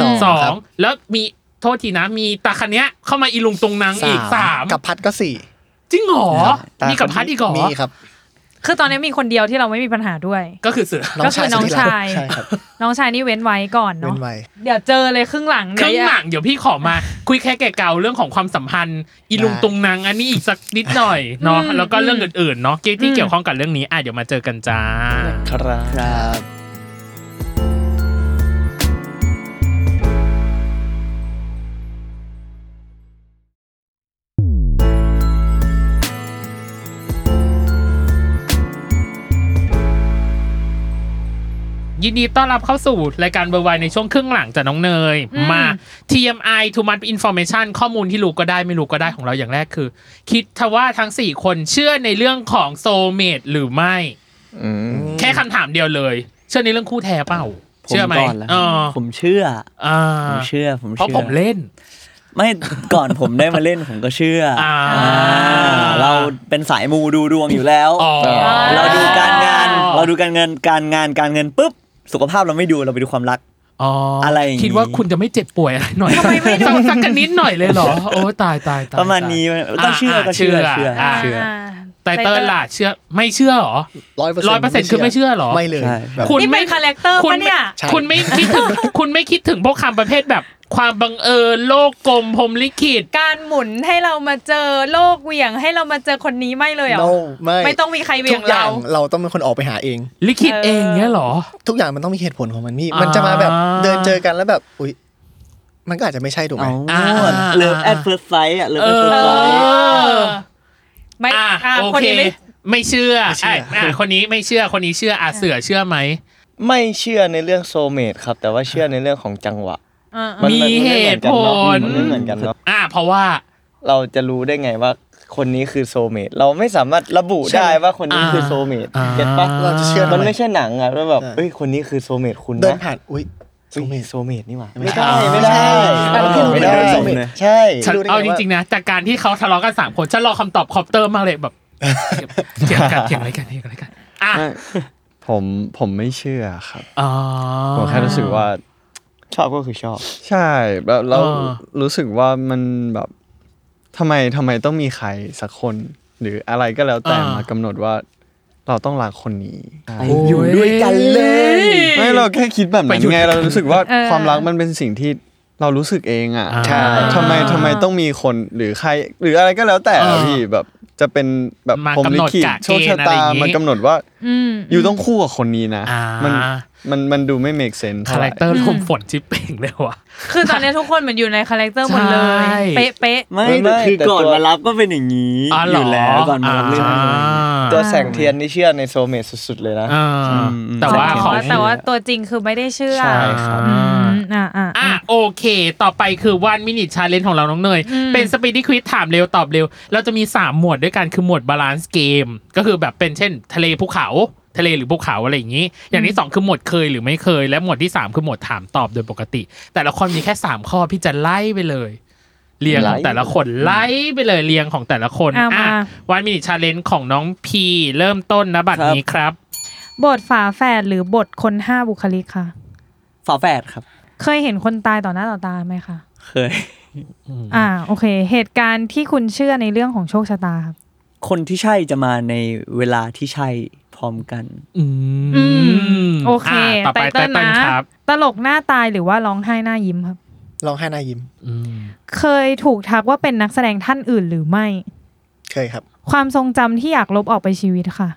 E: สอง
C: สอ
E: ครั
C: ง
E: บ
C: แล้วมีโทษทีนะมีตาคันเนี้ยเข้ามาอีลุงตุงนางอีกสาม
E: กับพัดก็สี่
C: จริงเหรอ
F: ตามี
C: มีกับพัดอีกเหรอ
E: มีครับ
B: คือตอนนี้มีคนเดียวที่เราไม่มีปัญหาด้วย
C: ก็คือเสือ
E: น้องชา
B: ก็คื
E: ย
B: อน้อง
E: สุดที่รัก
B: ชาย
E: ใช่ครับ
B: น้องชายนี่เว้นไว้ก่อน
E: เป็
B: เนาะ
E: นไว
B: เดี๋ยวเจอเลยครึ่งหลัง
C: ค
B: เนี่
C: รึ่
B: ย
C: งหลังเดี๋ยวพี่ขอมา คุยแค่แก่เก่าเรื่องของความสัมพันธ์อีลุงตุงนางอันนี้อีกสักนิดหน่อยเนาะ
B: อืม
C: แล้วก็เรื่องอื่นๆเนาะที่ที่เกี่ยวข้องกับเรื่องนี้อ่ะเดี๋ยวมาเจอกันจ้า
F: ครับ
E: ครับ
C: ยินดีต้อนรับเข้าสู่รายการเบอร์ไวในช่วงครึ่งหลังจากน้องเนย
B: อืม
C: มา TMI Too Much Information ข้อมูลที่รู้ก็ได้ไม่รู้ก็ได้ของเราอย่างแรกคือ คิดทว่าทั้ง 4 คนเชื่อในเรื่องของโซเม e หรือไม่
B: อ
F: อืม
C: แค่คำถามเดียวเลย เชื่อในเรื่องคู่แท้เปล่า
H: ผม
C: เชื่อไหม
H: ก่อนแล้ว
C: เออ
H: ผมเชื่อ
C: อ่า
H: ผมเชื่อผม
C: เพราะ
H: เชื่อ
C: ผมเล่น
H: ไม่ก่อนผมได้มาเล่นผมก็เชื่ออา เราเป็นสายมูดูดวงอยู่แล้ว
C: อ๋อ
H: เราดูการงาน
C: อ๋อ
H: เราดูการเงินการงานการเงินปุ๊บ สุขภาพเราไม่ดูเราไปดูความรัก
C: อ๋ออะไร
H: อย่างงี้
C: คิดว่าคุณจะไม่เจ็บป่วยอะไรหน่อยทำไมไม่ดูสักนิดหน่อยเลยเหรอ โอ้ตายตายตาย
H: ประมาณนี้ต้องเชื่อก็เชื่อเชื่อ
C: อ่า
H: เชื่อ
C: ไตเติ้ลล่ะเชื่อไม่เชื่อเหรอ
E: ร้อยเปอร์เซ็นต์
C: 100%คือไม่เชื่อเหรอ
E: ไม่เลย
H: ใช่
E: แบบ
C: คุณ
B: นี่
C: ไม่
B: เป็นคาแรคเตอร์
C: คุณ
B: ปะเนี่ย
E: ใช่
C: คุณไม่คิดถึง คุณไม่คิดถึงพวกคำประเภทแบบ ความบังเอิญโลกกลมพรหมลิขิต
B: การหมุนให้เรามาเจอโลกเหวี่ยงให้เรามาเจอคนนี้ไม่เลยเหรอ
E: No ไม่
B: ไม่ต้องมีใครเหวี่
E: ทุ
B: ยง
E: กอย่า
B: เรา
E: งเราต้องเป็นคนออกไปหาเอง
C: ลิขิตเองเนี้ยเหรอ
E: ทุกอย่างมันต้องมีเหตุผลของมันนี่
C: อ่ามั
E: มันจะมาแบบเดินเจอกันแล้วแบบ อุ๊ย มันก็อาจจะไม่ใช่ถูกไหม
C: อ่า
H: เลิฟแอดเฟิร์สไซส์อะเลิฟ
C: เอ
H: แอดเฟิร์สไซส์
C: อ
B: ไม่
C: อ่ะ
B: อ่ะ
C: โอ
B: คน
C: เค
B: นี้ไม่
C: ไม่เชื่อ
E: ไม่เชื่อ
C: ไอ้อ่ะคนนี้ไม่เชื่อคนนี้เชื่ออ่ะเสือเชื่อไหม
F: ไม่เชื่อในเรื่องโซเมดครับ แต่ว่าเชื่อในเรื่องของจังหวะ
B: อ่ะ
F: น
C: มี
F: นไอนกันเนอะ
C: เหตุผล
F: มันไม่เหมือนกันเนาะ
C: อ่ะเพราะว่า
F: เราจะรู้ได้ไงว่าคนนี้คือโซเมดเราไม่สามารถระบุได้ว่าคนนี้คือโซเมด
C: อ่า
F: เก็ตปะ
E: เราจะเชื่อ
F: มัน
E: ทำ
F: ไม่ใช่หนังอะแล้วแบบ
E: เออ
F: เอ้ยคนนี้คือโซเมดคุณ
E: เดิน
F: นะ
E: ผ่าน อุ๊ย
F: โซ
E: โซ
F: เม
E: เม
F: ด
E: ต
F: โซเมดนี่หว่า
E: ไม่
F: ไม่
E: ได้
F: ได้ไม่ได้
E: ไม่
F: ไม่
E: ได้
F: ได้
D: ไม่ได้
F: ใช่
C: ฉัน
E: รู้ได้ไง
C: เอาจ
E: ว่า
C: ริงๆนะจากการที่เขาทะเลาะกันสามคนฉันรอคำตอบคอปเตอร์มากเลยแบบเถียงกันเถียงอะไรกันเถียงอะไรกันอ่ะ
D: ไม่ผมผมไม่เชื่อครับ
C: อ๋อ
D: ผมแค่รู้สึกว่า
F: ชอบก็คือชอบ
D: ใช่แบบเรา
C: อ่า
D: รู้สึกว่ามันแบบทำไมทำไมต้องมีใครสักคน หรืออะไรก็แล้วแต่มากำหนดว่า เราต้องรักคนนี้
H: ไปอยู่ด้วยกันเลย
D: ไม่เราแค่คิดแบบนั้นไงเรารู้สึกว่า
B: เออ
D: ความรักมันเป็นสิ่งที่เรารู้สึกเองอ่ะ
C: อ่า
D: ใช่ทำไมทำไมต้องมีคนหรือใคร หรืออะไรก็แล้วแต่
C: อ่า
D: พี่แบบจะเป็นแบบ
C: มา
D: ผมลิขิต
C: กำหนดกะ
D: โชคชะ
C: เกณฑ์อะไรอ
D: ตา
C: ย่างงี้
D: มันกำหนดว่า
B: อืม
D: อยู่ต้องคู่กับคนนี้นะ
C: อ่ามั
D: มันมันมันดูไม่ make sense
C: คา
D: เท่าไห
C: แร
D: ร่
C: คเตอร์ลมฝนชิปเป่งเลยว่ะ
B: คือตอนนี้ทุกคนเหมือนอยู่ในคาแรคเตอร์หมดเล
C: ใช่
B: ย เป๊ะเป๊ะ
H: ไม่
F: ไม่
H: แต่คือ
F: แต่
H: ก่อน
F: ตัว
H: มารับก็เป็นอย่างนี้
C: อ๋อเห
H: อ
C: รอยู่
H: แล้วก่อนมารับเล่น
C: อ่า
F: ตัวแสงเทียนนี่เชื่อในโซเมดสุดๆเลยนะ
C: อ่าแต่ว่า
B: แต่
C: ของ
B: ว่าแต่ว่าตัวจริงคือไม่ได้เชื่อ
F: ใช่ครับ
B: อืมอ่ะอ่ะ
C: อ่ะ
B: อ่ะ
C: โอเค ต่อไปคือวันมินิชาเลนของเราน้องเนย
B: อืม
C: เป็นสปีดที่ควิ z ถามเร็วตอบเร็ว เราจะมี 3 หมวดด้วยกันคือหมวดบาลานซ์เกมก็คือแบบเป็นเช่น ทะเลภูเขา ทะเลหรือภูเขาอะไรอย่างนี้ อย่างที่ 2 คือหมวดเคยหรือไม่เคย และหมวดที่ 3 คือหมวดถามตอบโดยปกติ แต่ละคนมีแค่ 3 ข้อพี่จะไล่ไปเลย เรียงของแต่ละคนไล่ไปเลยเรียงของแต่ละคน
B: อ่ะมา
C: วันมินิชาเลนของน้องพีเริ่มต้นนะบัดนี้ครับ
B: บทฝาแฝดหรือบทคนห้าบุคลิกค่ะ
H: ฝาแฝดครับ
B: เคยเห็นคนตายต่อหน้าต่อตาไหมคะ
H: เคย
B: อ่าโอเค เหตุการณ์ที่คุณเชื่อในเรื่องของโชคชะตาครับ
H: คนที่ใช่จะมาในเวลาที่ใช่พร้อมกัน
C: อื
B: อืมโอเค
C: ะต่อไป
B: ไต
C: ไต
B: เติ้ล
C: เติ้ล
B: นะ
C: ครับ
B: ตลกหน้าตายหรือว่าร้องไห้หน้ายิ้มครับ
E: ร้องไห้หน้ายิ้ม
C: อืม
B: เคยถูกทักว่าเป็นนักแสดงท่านอื่นหรือไม่
E: เคยครับ
B: ความทรงจำที่อยากลบออกไปชีวิตค่ะ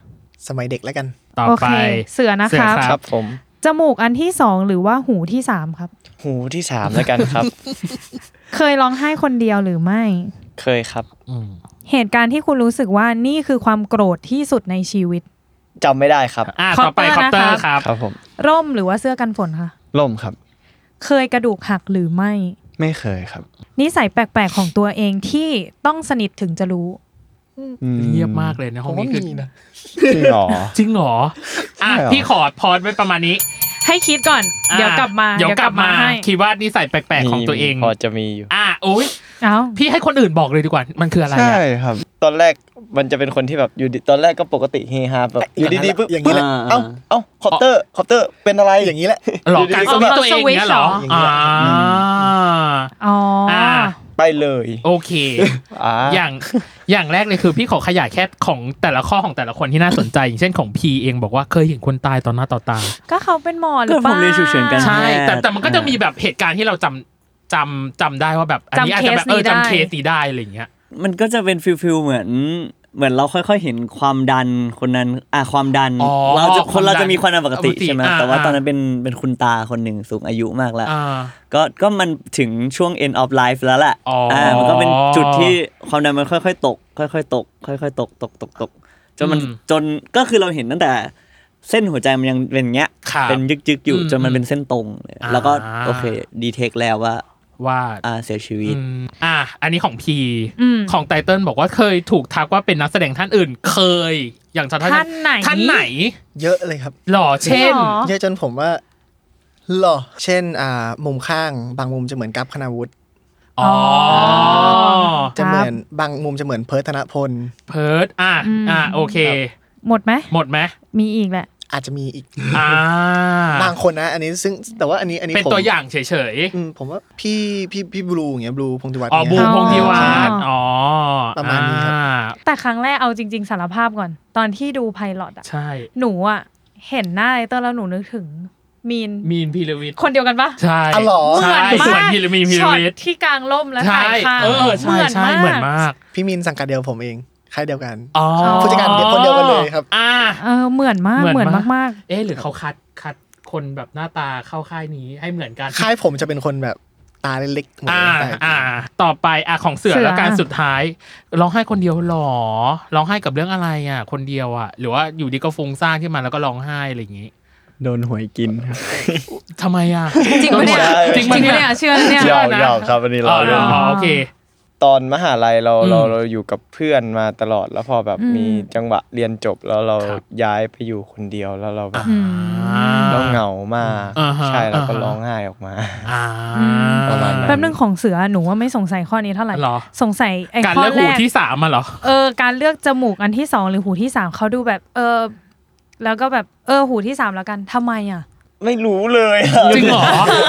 E: สมัยเด็กแล้วกัน
C: ต่อ
B: โอ
C: ไป
B: เค เสือนะ
C: เสื
B: ค
C: อ
B: รับ
C: ครับ
F: ครับผม
B: จมูกอันที่สองหรือว่าหูที่สามครับ
F: หูที่สามแล้วกันครับ
B: เคยร้องไห้คนเดียวหรือไม่
F: เคยครับ
B: เหตุการณ์ที่คุณรู้สึกว่านี่คือความโกรธที่สุดในชีวิต
F: จำไม่ได้ครับ
C: อ่าต่อไปคอปเตอ
B: Copter
C: ร์
B: นะ
C: ค
B: ครั
C: รับ
B: บ
D: ครับผม
B: ร่มหรือว่าเสื้อกันฝนค่ะ
D: ล่มครับ
B: เคยกระดูกหักหรือไม่
D: ไม่เคยครับ
B: นิสัยแปลกๆของตัวเองที่ต้องสนิทถึงจะรู้
D: อื
C: เงียบมากเลยนะห้องนี้คือ
D: จริงเหรอ
C: จริงเหรออ่ะ
D: ใช่เหรอ
C: พี่ขอพอดไว้ประมาณนี้
B: ให้คิดก่อน
C: อ่ะ
B: เดี๋ยวกลับมา
C: เดี๋ยวกลับมา
B: ให้
C: คิดว่านิสัยแปลกๆของตัวเอง
F: มีพอจะมีอยู่
C: อ่ะโอ้ย
B: เอา
C: พี่ให้คนอื่นบอกเลยดีกว่า มันคืออะไรอ่ะ
D: ใช่ครับ
F: ตอนแรกมันจะเป็นคนที่แบบอยู่ดีตอนแรกก็ปกติเฮฮาแบบอยู่ดีๆปุ๊บ
E: อย่างนี้
F: ปุ๊บ
E: แหละ
F: เอ้าเอ้าคอปเตอร์คอปเตอร์เป็น อะไร
E: อย่างนี้แหละ
C: หลอกการสวิตช์ตัวเองเนี่ยเหรอ
E: อย่างเงี้
C: อ่าย
B: อ๋ออะ
F: ไปเลย
C: โอเค
D: อ่า
C: อย่างอย่างแรกเลยคือพี่ขอขยายแค่ของแต่ละข้อของแต่ละคนที่น่าสนใจ อย่างเช่นของพีเองบอกว่าเคยเห็นคนตายต่อหน้าต่อตา
B: ก็เขาเป็นหมอหรือเป
H: ก็
B: ล่า
H: ผมเรียนฉุกเฉินกัน
C: ใช่ แต่
H: แพทย์
C: แต่มันก็จะมีแบบเหตุการณ์ที่เราจำจำจำได้ว่าแบบอันนี้อาจจะแบบเออ
B: จำ
C: จำ
B: เค
C: เค
B: สนี้ได้
C: สนี้ได้อะไรอย่างเงี้ย
H: มันก็จะเป็นฟิลฟิลเหมือน เหมือนเราค่อยๆเห็นความดันคนนั้นอ่ะความดัน
C: อ๋อ
H: เราจะ
C: ความดัน
H: คนเราจะมีความดันปกติ
C: ปกติ
H: ใช่ไหม
C: อ่า
H: แต่ว่า
C: อ่า
H: ตอนนั้นเป็นเป็นคุณตาคนหนึ่งสูงอายุมากแล้ว
C: อ่า
H: ก็ก็มันถึงช่วง end of life แล้วแหละ
C: อ๋ออ่
H: มันก็เป็นจุดที่ความดันมันค่อยๆ ตก ค่อยๆ ตก ค่อยๆ ตกตกตกตกจนมัน
C: อืม
H: จนก็คือเราเห็นตั้งแต่เส้นหัวใจมันยังเป็นอย่างเงี้ย
C: ครับ
H: เป็นยึกๆอยู่
C: อืม
H: จนมันเป็นเส้นตรงเลย
C: อ่า
H: แล้วก็โอเคดีเทคแล้วว่า
C: วาด
H: อ่าเสียชีวิต
C: อืมอ่ะอันนี้ของพี
B: อืม
C: ของไตเติ้ลบอกว่าเคยถูกทักว่าเป็นนักแสดงท่านอื่น เคย อย่างท่าน
B: ท่านไหน
C: ท่านไหน
E: เยอะเลยครับ
C: หล่อเช่น
B: หรอ
E: เยอะจนผมว่าหรอเช่นอ่ามุมข้างบางมุมจะเหมือนกับคณาวุฒิ
C: อ๋อ
E: จะเหมือนบางมุมจะเหมือนเพิร์ทธนพล
C: เพิร์ดอ่ะ
B: อืม
C: อ่ะโอเค
B: หมดไหม
C: หมดไหม
B: มีอีกแหละ
E: อาจจะมีอีก
C: อ่า
E: บางคนนะ อันนี้ซึ่งแต่ว่าอันนี้อันนี้
C: เป็น
E: ผม
C: ตัวอย่างเฉย
E: อืมผมว่าพี่พี่พี่บลูอย่างเงี้ยบลูพงศ์ธิวั
C: ๆ
E: ฒน์
C: อ๋อบู
E: เนี่ย
C: มพงศ์ธิวัฒน์
B: อ๋ออ๋
C: อ๋อ
E: ประมาณนี้ครับ
C: อ่า
B: แต่ครั้งแรกเอาจริง ๆ สารภาพก่อน ตอนที่ดูไพลอตอะ
C: ใช่
B: หนูอะเห็นหน้าไอเตอร์แล้วหนูนึกถึง มีน
C: มีนพีระวิทย์
B: คนเดียวกันปะ
C: ใช่
E: อ๋อเหรอ
C: ใช่
B: เหมือน
C: ส่วน
B: มาก
C: พีระมีพีระ
B: ช็อต
C: วิทย์
B: ที่กลางล่มและ
C: ใช่
B: ถ่ายข้าง
C: เออใช่ใช่เหมือนมาก
E: พี่มินสังกัดเดียวผมเองค่ายเดียวกัน
C: อ๋อ
E: ผู้จัดการเดียวคนเดียวกันเลยครับ
C: อ่า
B: เออเหมือนมาก
C: เห
B: เห
C: มื
B: มื
C: อ
B: อนน
C: มาก
B: มาก
C: เอ๊ะหรือเขาคัดคัดคนแบบหน้าตาเข้าค่ายนี้ให้เหมือนกัน
E: ค่ายผมจะเป็นคนแบบตาเล็กๆหมด
C: อ่า
E: เลยแต่
C: อ่า ต่อไปอ่ะของเสือแล้วการสุดท้ายร้องไห้คนเดียวหรอร้องไห้กับเรื่องอะไรอ่ะ คนเดียวอ่ะ หรือว่าอยู่ดีก็ฟุ้งซ่านขึ้นมาแล้วก็ร้องไห้อะไรอย่างงี้
D: โดนหวยกินครับ
C: ทำไมอ่ะ
B: ๆจริงปะเนี่ย
C: จริงปะ
B: จริงปะ
C: เนี่ย
B: เนี่ยเชื่อเนี่ย
D: หยอกหยอกครับอันนี้
C: อ๋
D: เรา
C: อ
D: เล่น
C: อ๋อโอเค
F: ตอนมหาลัยเรา
C: อืม
F: เราเราอยู่กับเพื่อนมาตลอดแล้วพอแบบ
B: อืม
F: มีจังหวะเรียนจบแล้วเรา
C: ครับ
F: ย้ายไปอยู่คนเดียวแล้วเราแบบ
B: อืม
F: เราเหงามาก
C: อ่าฮะ
F: ใช่แล้วก็
C: อ่าฮะ
F: ร้องไห้ออกมา
C: อ่า
B: อืม
F: ประมาณนั้น
B: แป๊บนึงของเสือหนูว่าไม่สงสัยข้อนี้เท่าไหร่
C: เหรอ
B: สงสัยไอ้
C: การ
B: ข้อ
C: เลือก
B: แร
C: หู
B: ก
C: ที่สามอ่ะเหรอ
B: เออการเลือกจมูกอันที่สองหรือหูที่สามเขาดูแบบเออแล้วก็แบบเออหูที่สามแล้วกันทำไมอ่ะ
F: ไม่รู้เลยอะ
C: จริงเหรอ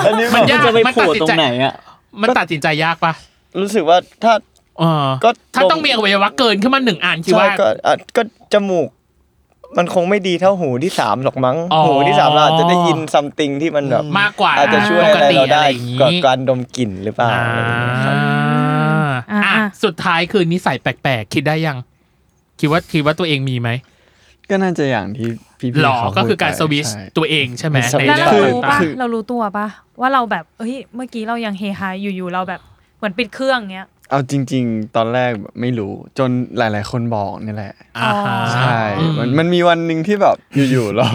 F: อันนี้แบบ
C: มันยาก
H: จะไป
C: มัน
H: โผล่
C: ตัดสิน
H: ตร
C: ใจ
H: งไหนอ่ะ
C: มันตัดสินใจยากปะ
F: รู้สึกว่าถ้า
C: เออ
F: ก็
C: ถ้าต้องมีอวัยวะเกินขึ้นมาหนึ่งอันคิด
F: ใช่
C: ว่า
F: ก็อ่ะก็จมูก มันคงไม่ดีเท่าหูที่สามหรอกมั้ง
C: อ๋อ
F: หูที่สามเราอาจจะได้ยินซัมติงที่มันแบบ
C: มากกว่า
F: อาจจะช่วย
C: ป
F: อะ
C: ก
F: ไร
C: ติ
F: เรา
C: อะ
F: ได้
C: ไรอย่างงี้
F: กว่าการดมกลิ่นหรือเปล่า
C: อ่า
F: อะไรอย่างเงี้ยครับ
B: อ่า
C: อ่ะสุดท้ายคือนิสัยแปลกๆ คิดได้ยัง คิดว่าคิดว่าตัวเองมีไหม
D: ก็น่าจะอย่างที่พี่ๆ
C: หรอ
D: เขา
C: ก็
D: พูด
C: คือการ
D: ไป
C: สวิช
D: ใช่
C: ตัวเองใช่ไหม
F: มันสวิตช์
C: ใน
B: แล้วเรา
C: เรื่
B: รู้
C: อง
B: ปะ
C: ต่าง
D: คือ
B: เรารู้ตัวปะว่าเราแบบเฮ้ยเมื่อกี้เรายังเฮฮาอยู่ๆเราแบบเหมือนปิดเครื่องเงี้ย
D: เอาจริง ๆ ตอนแรกแบบไม่รู้จนหลาย ๆ คนบอกนี่แหละ
C: ๆอ่าฮะ
D: ใช่
C: อื
D: มันมันมีวันหนึ่งที่แบบอยู่ๆเรา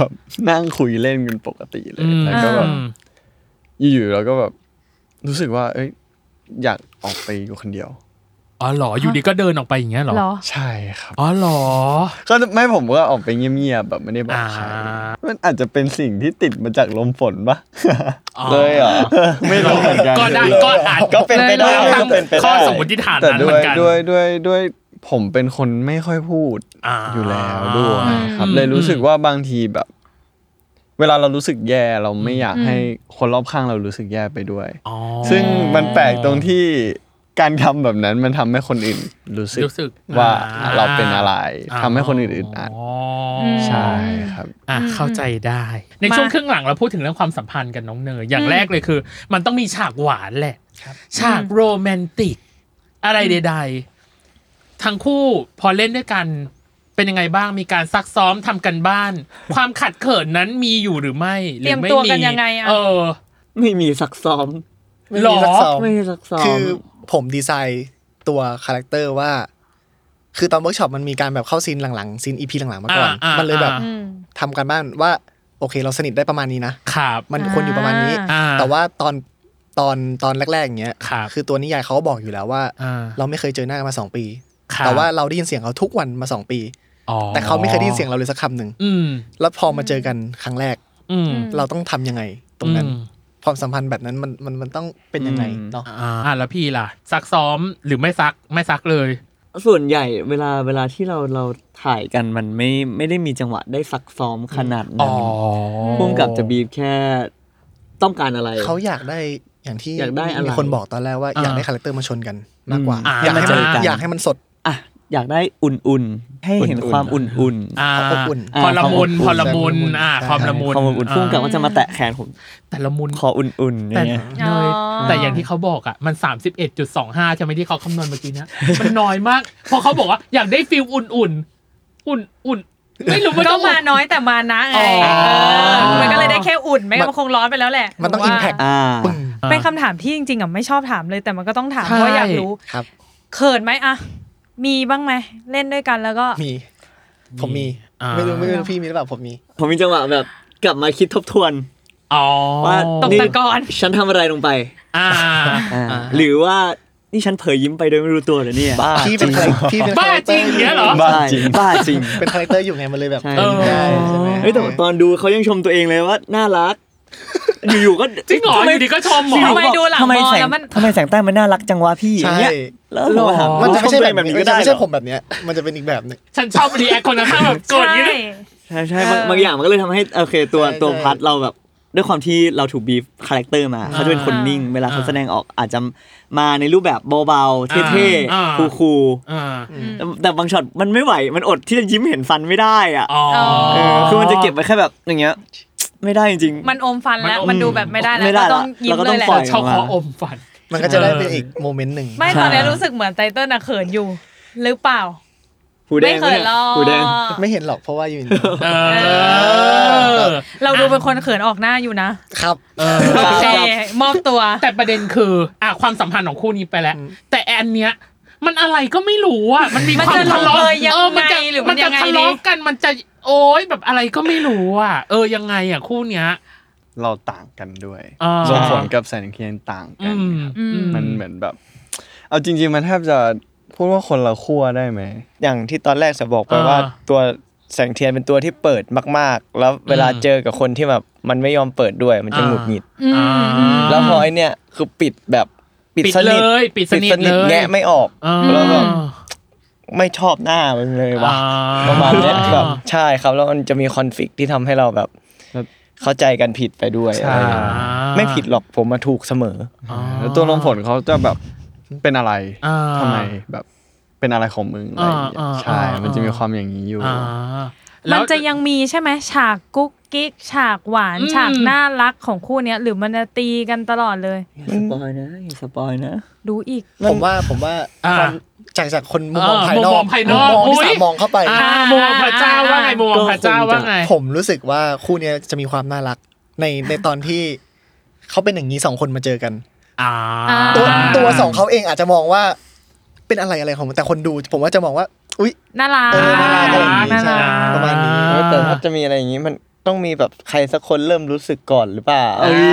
D: นั่งคุยเล่นกันปกติเลย
C: อืม
D: แล้วก็แบบ
C: อืม
D: อยู่ๆเราก็แบบรู้สึกว่า เอ้ยอยากออกไปอยู่คนเดียว
C: อ๋อเหรออยู่ดีก็เดินออกไปอย่างเงี้ยเหรอ
B: เหรอ
D: ใช่ครับ
C: อ๋อเหรอ
D: ก็ไม่ผมก็ออกไปเงียบๆแบบไม่ได้บอกใคร
C: อ่า
D: มันอาจจะเป็นสิ่งที่ติดมาจากลมฝนปะ
C: อ๋อ
F: เลยเหรอ
D: ไม่รู้เหมือนกัน
C: ก็ได้ก็อาจ
F: ก็เป็นไปได้ก็เป็นไปได้
C: ข้อสมมติฐาน
D: แต่
C: นั้นเห
D: ด้
C: มื
D: ว
C: อย นกัน
D: ด้วยด้วยด้วยผมเป็นคนไม่ค่อยพูด
C: อา
D: อยู่แล้วด้วยครับ
C: อืม
D: เลยรู้สึกว่าบางทีแบบ เวลาเรารู้สึกแย่เราไม่อยากให้คนรอบข้างเรารู้สึกแย่ไปด้วย
C: อ๋อ
D: ซึ่งมันแปลกตรงที่การทำแบบนั้นมันทำให้คนอื่นรู้สึก
C: รู้สึก
D: ว่า
C: อ่
D: เราเป็นอะไรทำให้คนอื่นอึดอัด
C: อืม
D: ใช่ครับ
C: อ่ะเข้าใจได้ ในช่วง
B: มา
C: ครึ่งหลังเราพูดถึงเรื่องความสัมพันธ์กันน้องเนยอย่างแรกเลยคือ มันต้องมีฉากหวานแหละฉากโรแมนติก อะไรใดๆทั้งคู่พอเล่นด้วยกันเป็นยังไงบ้างมีการซักซ้อมทำกันบ้าน ความขัดเขินนั้นมีอยู่หรือไม่หรือไม่
B: เตรียมตัว
C: มี
B: กันยังไงอะ
C: เออ
H: ไม่มีซักซ้อม
E: ไม่
C: หรอ
E: มีสักสอง
H: ไม่มีซักซ้อม
E: คือผมดีไซน์ตัวคาแรคเตอร์ว่า คือตอนเวิร์กช็อปมันมีการแบบเข้าซีนหลังๆซีนอีพีหลังๆมาก่อน
C: อ่าอ่ามั
E: มันเลยแบบ
C: อ่า
B: อืม
E: ทำการบ้านว่า โอเค เราสนิทได้ประมาณนี้นะ
C: ครับ
E: มันควรอยู่ประมาณนี้
C: อ่า
E: แต่ว่าตอนตอนตอนแรกๆอย่างเงี้ย
C: ครับ
E: อตัวนิยายเขาก็บอกอยู่แล้วว่า
C: อ่า
E: เราไม่เคยเจอหน้ากันมาสองปี
C: ครับ
E: แต่ว่าเราได้ยินเสียงเขาทุกวันมาสองปี
C: อ๋อ
E: แต่เขาไม่เคยได้ยินเสียงเราเลยสักคำหนึ่ง
C: อืม
E: แล้วพอมาเจอกันครั้งแรก
C: อืม
E: เราต้องทำยังไง ตรงนั้นความสัมพันธ์แบบนั้นมันมันมันต้องเป็นยังไงเนาะ
C: อ่าอ่ะแล้วพี่ล่ะ ซักซ้อมหรือไม่ซักไม่ซักเลย
H: ส่วนใหญ่เวลาเวลาที่เราเราถ่ายกันมันไม่ไม่ได้มีจังหวะได้ซักซ้อมขนาด
C: อ๋
H: นั้
C: อน
H: พุ่มกับจะบีบแค่ต้องการอะไร
E: เขาอยากได้อย่างที่
H: อยากได้อะไร
E: มีคนบอกตอนแรกว่า
C: อ่า
E: อยากได้คาแรคเตอร์มาชนกันมากกว่า
C: อ่า
E: อยากให้
H: ให้
E: มัน
H: มันเจอกัน
E: อยากให้มันสด
H: อ่ะอยากได้อุ่นๆ ให้เห็น
D: อุ่นๆ
H: ความอุ่นๆ
C: อ่า
E: ขอบคุณ
C: พอละมุนพ
H: ขอบคุณ
C: อละมุน
E: ขอบคุณ
C: อ่าความละมุน
H: ความอุ่นๆพุ่มกับก็จะมาแตะแขนผม
C: แต่ละมุน
H: คออุ่นๆอย่า
C: แต่
H: งเงี้ย
C: เนย
B: อ๋อ
C: แต่อย่างที่เขาบอกอ่ะมัน 31.25ใช่ไหมที่เขาคำนวณเมื่อกี้เนี้ยมันน้อยมากเพราะเขาบอกว่าอยากได้ฟิลอุ่นๆ อุ่นอุ่นๆไม่รู้ว่า
B: ก็
C: ต้อง
B: มาน้อยแต่มานะไง
C: อ๋อ
B: เออมันก็เลยได้แค่อุ่นไม่งั้นมันคงร้อนไปแล้วแหละ
E: มันต้อง
B: หว่า
E: อิมแพค
H: อ่า
E: ปึ้ง
B: เป็นคำถามที่จริงๆอ่ะไม่ชอบถามเลยแต่มันก็ต้องถาม
C: ใช่
B: เพราะอยากรู้
E: ครับ
B: เขินไหมอ่ะมีบ้างไหมเล่นด้วยกันแล้วก็
E: มี ผมมี
C: อ่า
E: ไม่รู้ไม่รู้พี่มีหรือเปล่าผมมี
H: ผมมีจังหวะแบบกลับมาคิดทบทวน
C: อ๋อ
H: ว่า
B: ตก
H: นี่
B: ตะกอน
H: ฉันทำอะไรลงไป
C: อ่า
H: หรือว่านี่ฉันเผยยิ้มไปโดยไม่รู้ตัวเหรอเนี่ย
F: บ้า
E: พี่เป็นใครพี่เป็น
C: บ้าจริง
E: character
C: เนี้ยเหรอ
D: บ้า
H: ใช่
D: จริง
H: บ้าจริง
E: เป็นคาแรคเตอร์อยู่ไงมันเลยแบบ
H: ใช่
E: ได้ใช่ไหม
H: เฮ้ยแต่ตอนดูเขายังชมตัวเองเลยว่าน่ารัก อยู่ๆก็
C: จริงเหรออยู่ดีก็ชมเหมอ
B: ทำไม
H: บอก
B: ดูหลัง
H: ทำไม
B: มอง
H: แสง
B: แล้วมัน
H: ทำไมแสงใต้มันน่ารักจังวะพี่อ
E: ใช่
H: ย่างเงี้ยแล้วผมก็ถาม
E: มันจะไม่ใช่
H: ชตัว
E: แบ
H: เอบ งแบบ
E: นี้
H: นี้
E: มั
H: ก็
E: นจะ
H: ได้เหร
E: ไม่
H: อ
E: ใช่ผมแบบเนี้ยมันจะเป็นอีกแบบหนึง
C: ฉันชอบรีแอคคนข้างๆแบบโกรธอย่างนี้เลย
H: ใช่ใช่บางบางอย่างมันก็เลยทำให้โอเคตัว
E: ใช่
H: ตัว
E: ใช่
H: พัทเราแบบด้วยความที่เราถูกบีฟคาแรคเตอร์มาเขาจะเป็นคนนิ่ง เวลาเขาแสดงออกอาจจะมาในรูปแบบเบาๆเท่ๆคูลๆ
C: อ่า
H: แต่แต่บางช็อตมันไม่ไหว มันอดที่จะยิ้มเห็นฟันไม่ได้อะ
C: อ๋อ
H: เออคือมันจะเก็บไว้แค่แบบอย่างเงี้ย ไม่ได้จริง
B: มันอมฟันแล้ว มันดูแบบไม่ได้แล้ว
H: ไม่ได้
B: ก็
H: ละ
B: ต้องยิ้ม
H: เราก็
B: เล
H: ต้
B: ย
H: อง
B: แหละ
H: ปล่อย
C: ชอบคออมฟัน
E: มันก็จะได้เป็นอีกโมเมนต์หนึ่ง
B: ไม่
H: ใช่
B: ตอนนี้รู้สึกเหมือนไตเติ้ลน่ะเขินอยู่ หรือเปล่า
H: ๆหูแด
B: ไม่
H: ง
B: เขิน
H: นี่
B: หรอก
H: หูแดง
E: ไม่เห็นหรอกเพราะว่าอยู่ใน
C: เออ
B: เราดูเป็นคนเขินออกหน้าอยู่นะครับ โอเคมอบตัว
C: แต่ประเด็นคืออ่ะความสัมพันธ์ของคู่นี้ไปแล้ว แต่แอนเนี้ย มันอะไรก็ไม่รู้อ่ะมันมี
B: มัน
C: ความ
B: จะ
C: ทะเลาะ
B: ลงเอยยังไง
C: เออมันจะ
B: หรือมั
C: มัน
B: นยั
C: จะ
B: งไงดี
C: ทะเลาะกันมันจะโอ๊ยแบบอะไรก็ไม่รู้อ่ะเออยังไงอ่ะคู่เนี้ย
D: เราต่างกันด้วย
C: อ่า
D: ลมฝนกับแสงเทียนต่างกั
C: อื
D: น
C: ม
D: ครับ
C: อืม
D: มันเหมือนแบบ เอาจริง ๆ มันแทบจะพูดว่าคนละขั้วได้ไหม
F: อย่างที่ตอนแรกจะบอกไป
C: อ่า
F: ว่าตัวแสงเทียนเป็นตัวที่เปิดมาก ๆ แล้วเวลา
C: อืม
F: เจอกับคนที่แบบมันไม่ยอมเปิดด้วยมันจะ
C: อ่า
F: หงุดหงิด
B: อืมอืม
F: แล้วพอไอเนี่ยคือปิดแบบปิด
C: ปิด
F: สนิท
C: เลยปิดสนิทเลย
F: แงะไม่ออก
C: เออ
F: แล้วแบบ ไม่ชอบหน้ามันเลยว่ะ
C: อ่
F: ประมาณเนี้ยแบบใช่ครับแล้วมันจะมีคอนฟ lict ที่ทำให้เราแบบ
D: ครับ
F: เข้าใจกันผิดไปด้วย
D: ใช่
F: อะไรอย่างเงี้ยไม่ผิดหรอกผมมาถูกเสมอ
C: อ่า
D: แล้วตัวลมฝนเขาจะแบบเป็นอะไร
C: อ่า
D: ทำไมแบบเป็นอะไรของมึงอะไรอย่างเงี้
C: อ่ายอ่า
D: ใช่
C: อ่ามั
D: มันจะมีความอย่างนี้อยู่
C: อ่า
B: มั
C: แล้ว
B: นจะยังมีใช่ไหมฉากกุ๊กกิ๊กฉากหวาน
C: อืม
B: ฉากน่ารักของคู่เนี้ย หรือมันจะตีกันตลอดเลย
H: สปอยนะอย่าสปอยนะ
B: ดูอีก
E: ผมว่าผมว่า
C: อ่า
E: ความจากจากคนมุมมอง
C: อ่า
E: ภายนอ
C: มุมมอ
E: ก
C: งภายนอก
E: มุมมอง
C: อุ๊ย
E: ที่สามมองเข้าไป
C: อ่ามัวพระเจ้าว่าไงมัวพระเจ้าว่าไง
E: ผมรู้สึกว่าคู่เนี้ยจะมีความน่ารักในในตอนที่เขาเป็นอย่างนี้สองคนมาเจอกัน
C: อ่า
E: ตัว
B: อ่า
E: ตัวสองเขาเองอาจจะมองว่า เป็นอะไรอะไรของมันแต่คนดู ผมว่าจะมองว่า อุ๊ย
B: น่ารัก
E: เออน่ารัก
C: อะไรอย่างงี้
B: น่ารัก
C: ใช่
E: ประมาณนี้
F: เออแต่ถ้าจะมีอะไรอย่างนี้มันต้องมีแบบใครสักคนเริ่มรู้สึกก่อนหรือเปล่า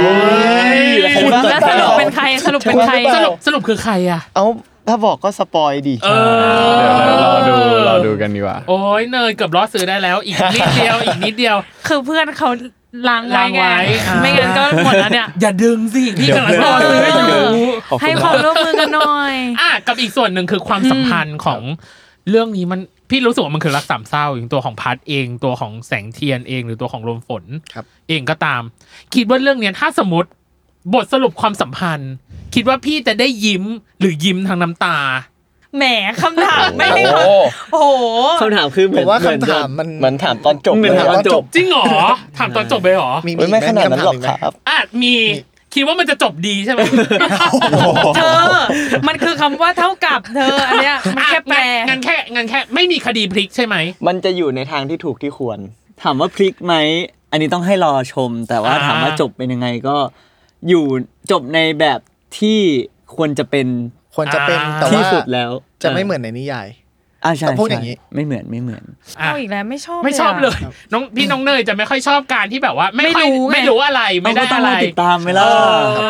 B: คุ
F: คุณณ
B: แล้วสรุปเป็นใครสรุปเป็นใคร
C: สรุปสรุปคือใครอ่ะ
F: เอาถ้าบอกก็สปอยดิ
C: เอ
D: เดี๋ยวเรารอดูรอดูกันดีกว่า
C: โอ้ยเนยเกือบล้อซื้อได้แล้ว อีกนิดเดียว อีกนิดเดียว
B: คือเพื่อนเขาล้างไว้
C: ล้าง
B: ไง
C: ไว้อ่า
B: ไม่งั้นก็หมดแล้วเนี่ย
C: อย่าดึงสิพี่กำลังรอซื้ออยู่
F: ขอบคุณ
B: ให้ความร่วมมือกันหน่อย
C: อ่ะกับอีกส่วนหนึ่งคือความสัมพันธ์ของเรื่องนี้มันพี่รู้สึกว่ามันคือรักสามเศร้าอย่างตัวของพัดเองตัวของแสงเทียนเองหรือตัวของลมฝน
E: ครับ
C: เองก็ตาม คิดว่าเรื่องเนี้ยถ้าสมมติบทสรุปความสัมพันธ์ คิดว่าพี่จะได้ยิ้มหรือยิ้มทางน้ำตา
B: แหมคำถามไม่ได้คำโอ้โห
H: คำถามคือเห
E: ผ
H: มือ
E: ม
H: น
E: ว่า
H: เหมือน
E: คำ
H: จะ
E: ถามมัน
F: เหมือนถามตอนจบ
H: เหมือนถามตอนจบ
C: จริงเหรอถามตอนจบไปเหรอ
E: มี
F: เว้ยไม่
E: ห
F: ขนาดนั้นหรอก
E: มีคำถมไม
F: ครับ
C: อ่ะมีคิดว่ามันจะจบดีใช่ไหม
B: เธอ มันคือคำว่าเท่ากับเธออันเนี้ยมันแค่แปล
C: อ่ะงั้นงั้นแค่งั้นแค่ไม่มีคดีพลิกใช่ไหม
F: มันจะอยู่ในทางที่ถูกที่ควร
H: ถามว่าพลิกไหม อันนี้ต้องให้รอชม แต่ว่า
C: อ่า
H: ถามว่าจบเป็นยังไงก็ อยู่จบในแบบที่ควรจะเป็น
E: ควรจะเป็น
C: อ่า
E: แต่
H: ที่
E: ว่า
H: สุดแล้ว
E: จะไม่เหมือนในนิยาย
H: อ่าใช่
E: ต้องพูดอ
H: ใช่
E: ย่างนี้
H: ไม่เหมือนไม่เหมือน
C: อ่ะ
B: เอาอีกแล้วไม่ชอบ
C: ไม่ชอบเลย
B: ะ
C: น้องพี่น้องเนยจะไม่ค่อยชอบการที่แบบว่า ไม่ค่อย
B: ไม่รู้ไง
C: ไม่รู้อะไรไม่ได้
H: ต้
C: อะ
H: อง
C: ไร
H: รอติดตามไหมล่ะ
C: เอ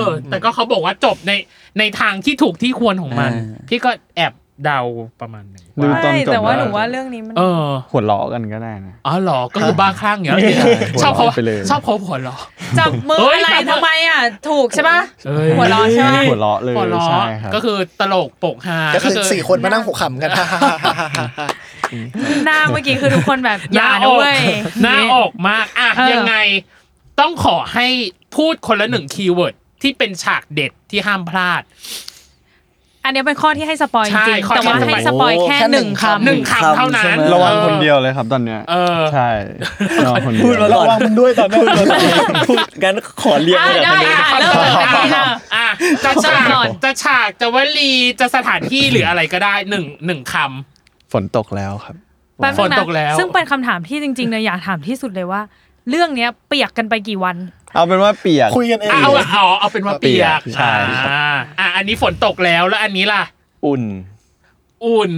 C: อ แต่ก็เขาบอกว่าจบในในทางที่ถูกที่ควรของมัน
H: อ่า
C: พี่ก็แอบเดาประมาณหนึง
D: ดู
C: ว่า
D: ตอน
B: ไม่
D: จบ
B: แต่ว่าหนู
D: แล้ว
B: ว่าเรื่องนี้มัน
C: เออ
D: หัวล้อกันก็ได้นะ
C: อ๋อเหรอก็คือบ้าคลั่งอย่างเงี้ยชอบเขา
D: หัวเราะไปเลย
C: ชอบเขาหัวเราะ
B: จับมือ
C: เฮ้ย
B: อะไร
C: จับมือ
B: ทำไมอ่ะ ถูกใช่ปะ
C: เอ้ย
B: หัวเราะใช่ไหม
D: หัวล้อเลย
C: หัวเราะ
D: ใช่ครับ
C: ก็คือตลกโปกฮา
E: ก็คือสี่คนมานั่ง
B: น่า
E: หกขำกัน
B: หน้าเมื่อกี้คือทุกคนแบบ
C: ห
B: อย่า
C: น้าอ
B: ด้
C: อก
B: วย
C: หน้าออกมากอ่ะ
B: เออ
C: ยังไงต้องขอให้พูดคนละหนึ่งคีย์เวิร์ดที่เป็นฉากเด็ดที่ห้ามพลาด
B: อันเนี้ยเป็นข้อที่ให้สปอยจ
C: ใช่
B: ริง
C: ข้
B: ๆ
C: อ
B: แต่ว่า
C: ที่
B: ให้สปอยแค่
E: โอ้โห
B: หนึ่ง
E: แค่ห
B: คำ
C: ห
E: นึ่
C: นึ่งคำเท่านั้น
H: ใช่ไหม
D: ระวังคนเดียวเลยครับตอนเนี้ย
C: เออ
D: ใช่ระวังคนเดียว
H: พูดมา
E: ระ
H: ก่อน
E: วังมันด้วยตอนนั้น
H: พูดงั้นขอเรียง
B: อ่ะ
H: ระดับ
B: ได้
H: นี้
B: ค่ะเริ่มจากไหนอ่ะ
C: อ่ะจะฉาก
B: ก่อน
C: จะฉากจะวลีจะสถานที่หรืออะไรก็ได้หนึ่งหนึ่งค
D: ฝนตกแล้วครับ
B: แป๊บ
C: ฝ
B: นึ
C: น
B: งนะ
C: ตกแล้ว
B: ซึ่งเป็นคำถามที่จริงๆเนี่ยอยากถามที่สุดเลยว่า เรื่องเนี้ยเปียกกันไปกี่วัน
D: เอาเป็นว่าเปียก
E: คุยกันเอง
C: ำเอาเอาเอาเป็นว่าเปียก
D: ใช่
C: อ่าอ่ะอันนี้ฝนตกแล้วแล้วอันนี้ล่ะ
F: อุ่น
C: อุ่น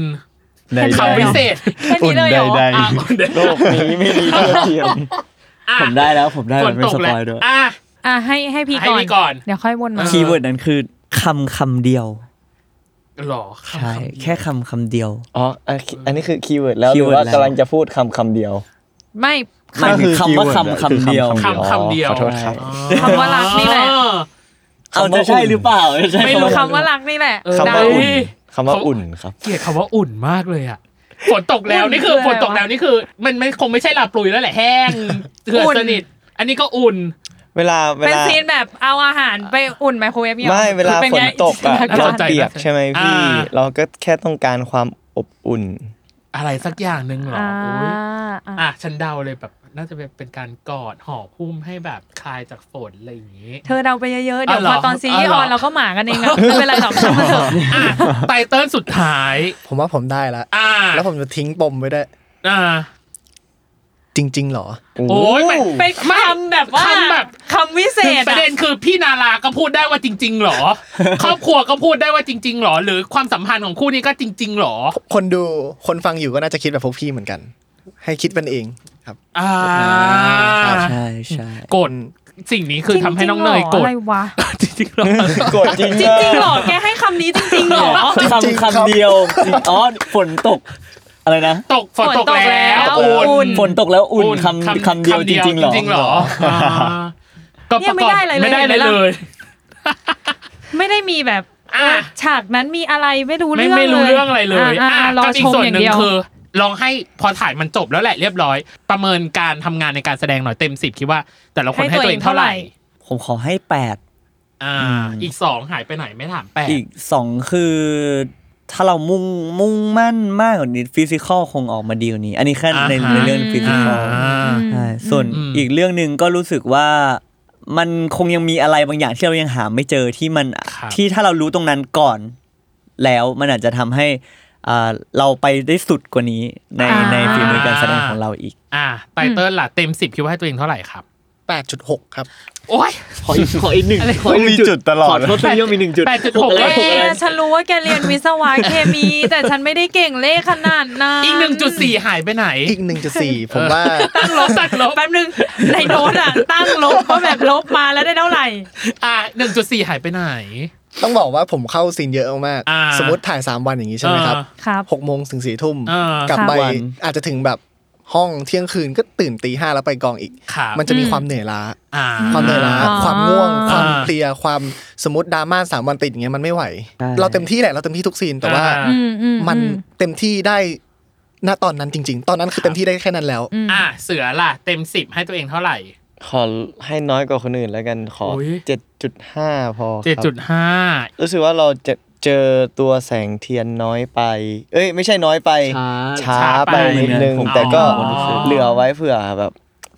D: ใดๆ
C: คำพิเศษ
B: แค่นี้เลยเหรอ
D: อุ่นใด
C: อ่ะ
D: ๆ
C: อุ่น
H: โลกนี้ไม่มีเท่าเทียม
C: อ่ะ
H: ผมได้แล้วผมได้
C: ฝ
H: แล้ว
C: น
H: ไม่
C: ตก
H: สป
C: แล้ว
H: อยด้วย
C: อ่ะ
B: อ่ะให้ให้พี่
C: ให้พี่ก่อน
B: เดี๋ยวค่อยวนมา
H: คีย์เวิร์ดนั้นคือคำคำเดียว
C: หรอคำ
H: ใช่
C: คำนี้
H: แค่คำคำเดียว
F: อ๋ออันอันนี้คือคีย์เวิร์ดแล้วหรือ
H: keyword
F: ว่า
H: แล้ว
F: กำลังจะพูดคำคำเดียว
B: ไม่
H: หมายถึงคำว่าคำคำเดียว
D: คือ keyword อะอ
C: คำคำเดียว
F: ขอโทษครับ
B: คำว่ารักนี่แหละ
C: อ๋อ
H: เอาจะใช่หรือเปล่าจะใช่
B: ไม่รู้
H: คำ
B: คำว่ารักนี่แหละ
C: เออ
B: ได้
F: คำว่าอุ่นคำว่า
C: ได้
F: อุ่นครับ
C: เกลียดคำว่าอุ่นมากเลยอ่ะฝนตกแล้วนี่คือ
B: อุ่นคืออะไร
C: ฝนตกแล้วนี่คือ มันไม่คงไม่ใช่ลาปลุยแล้วแหละแห้งเกือ
B: อุ่
C: บ
B: น
C: สนิท อันนี้ก็อุ่น
F: เวลาเว
B: เป็น
F: ลา
B: ซีนแบบเอาอาหารไปอุ่นไมโครเวฟเนี่ยหรอ
F: ไม่เวลา
B: คือป็
F: ฝ
B: ไง
F: นตกอะ
B: จิน
F: เรา
B: นาการ
F: เปียกใช่ไหมพี่
C: อ่า
F: เราก็แค่ต้องการความอบอุ่น
C: อะไรสักอย่างหนึ่งเหรอ
B: อ่า
C: อุ๊ย
B: อ่ะ
C: อ่ะฉันเดาเลยแบบ น่าจะเป็นเป็นการกอดห่อพุ่มให้แบบคลายจากฝนอะไรอย่างนี้
B: เธอเดาไปเยอะๆ เดี๋ยว
C: อ๋อเหร
B: พ
C: อ
B: อตอนซีรีส์ออน
C: อ๋อเหรอ
B: เราก็หมากันเองอะไม่เป็นไรหรอกช่างมันเถอะ
C: อ่ะไตเติ้ลสุดท้าย
E: ผมว่าผมได้ละ
C: อ่า
E: แล้วผมจะทิ้งปมไว้ได้วย
C: อ่า
E: จริง ๆ เหรอ
C: โอ้ยมัน
B: เป็นคำแบบว่า
C: คำแบบ
B: คำวิเศ
C: คือ
B: ษ
C: ประเด็นคือพี่นาราก็พูดได้ว่าจริง ๆ หร อ ครอบครัวก็พูดได้ว่าจริง ๆ หรอ หรือความสัมพันธ์ของคู่นี้ก็จริง ๆ หรอ
E: คนดูคนฟังอยู่ก็น่าจะคิดแบบพวกพี่เหมือนกัน ให้คิดมันเองครับ
C: อ่า
H: ใช่ใช่
C: โกรธสิ่งนี้คือทำให้น้องเนยโกร
B: ธ
C: ธ
B: อะไรวะ
C: จริงๆหรอ
F: กดจริง
B: จริงๆหรอแกให้คำนี้จริงๆหรอ
H: คำคำเดียวจริงอ๋อฝนตก อะไรนะ
C: ตกฝนตกแล้ว
B: ฝนตกแล้วอุ่
H: ฝนตกแล้วอุ่นคำคำเดียวจริงๆหรอ
C: จริงๆหรออ่าก็
B: เนี่ยไม่ได้อะไรเลย
C: ไม่ได้อะไร
B: เห็นไหมล่ะ
C: เลย
B: ไม่ได้มีแบบ
C: อ่ะ
B: ฉากนั้นมีอะไรไม่รู้
C: ไม่
B: เรื่อง
C: ไม่รู้เรื่องอะไรเลย
B: อ่ะอ่ะรอ
C: ก็
B: ช
C: อีก
B: ม
C: ส่วน
B: อย่า
C: ห
B: ง
C: นึ่ง
B: เดียว
C: คือลองให้พอถ่ายมันจบแล้วแหละเรียบร้อย ประเมินการทำงานในการแสดงหน่อยเต็มสิบคิดว่า แต่ละคน
B: ให้
C: ให้
B: ตัว
C: ตัวเองเท่าไหร่
B: เองเท่าไหร่
H: ผมขอให้แปด
C: อ่า
H: อืม
C: อีกสองหายไปไหนไม่ถามแปด
H: อีกสองคือ ถ้าเรามุ่งมุ่งมั่นมากกว่านี้ฟิสิกอลคงออกมาดีกว่านี้ อันนี้แค่ในในเรื่องฟิสิกอล
C: า
B: อืม
H: ใช่ส่วน
C: อืม
H: อีกเรื่องหนึ่งก็รู้สึกว่า มันคงยังมีอะไรบางอย่างที่เรายังหาไม่เจอที่มัน
C: ครับ
H: ที่ถ้าเรารู้ตรงนั้นก่อนแล้วมันอาจจะทำให้อ่าเราไปได้สุดกว่านี้ใน
B: อ่า
H: ในฝีมือการแสดงของเราอีก
C: อ่าไตเติ้ลล่ะเต็มสิบคิดว่าให้ตัวเองเท่าไหร่ครับ
E: 8.6 ครับ
C: โอ้ย
H: ขออีกขออีกหนึ่ง
C: อะไร
H: ขออีกหนึ่ง
D: มีจุดตลอด
H: ขอโทษที่ยังมีหนึ่งจุด
C: แปดจุดหก
H: แล้
C: เล
H: ว
C: ย
B: เอ๊ะฉันรู้ว่าแกเรียนวิศวะเคมี แต่ฉันไม่ได้เก่งเลขขนาดนั้น
C: อีกหนึ่งจุดสี่หายไปไหน
E: อีก 1.4 ผมว่า
C: ตั้งลบตัดลบ
B: แป๊บนึงในโน้ตอ่ะ ตั้งลบว่าแบบลบมาแล้วได้เท่าไหร่
C: อ่าหนึ่งจุดสี่หายไปไหน
E: ต้องบอกว่าผมเข้าซีนเยอะมากๆ
C: อ่า
E: สมมติถ่าย 3 วันอย่างนี้ใช่ไหมครับ
C: อ่า
B: ครับ
E: หกโมงถึงสี่ทุ่ม
C: อ่าก ก
E: ลับไป
H: วัน
E: อาจจะถึงแบบห้องเที่ยงคืนก็ตื่นตีห้าแล้วไปกองอีก
C: ครับ
E: มันจะมี
B: อืม
E: ความเหนื่อยล้า
C: อ่า
E: ความเหนื่อยล้า
B: อ่า
E: ความง่วง ความ
C: อ่า
E: เพลีย ความสมมติดราม่าสามวันติดอย่างเงี้ยมันไม่ไหว
H: ใช่
E: เราเต็มที่แหละเราเต็มที่ทุกซีนแต่ว่า
C: อ่
B: อืมอืม
E: มัน
B: อืม
E: เต็มที่ได้ณตอนนั้นจริง ๆ ตอนนั้นคือเต็มที่ได้แค่นั้นแล้ว
B: อืม
C: อ่าเสือล่ะ เต็มสิบให้ตัวเองเท่าไหร่
F: ขอให้น้อยกว่าคนอื่นแล้วกันขออย เจ็ดจุดห้าพอครับ
C: เจ็ดจุดห้า
F: รู้สึกว่าเราจะเจอตัวแสงเทียนน้อยไป เอ้ย ไม่ใช่น้อยไป ช้า
C: ช้า
F: ไป
C: ไป
F: นิดนึง
C: ผม
F: แต่ก็
C: ผมรู้สึก
F: เหลือไว้เผื่อแบบ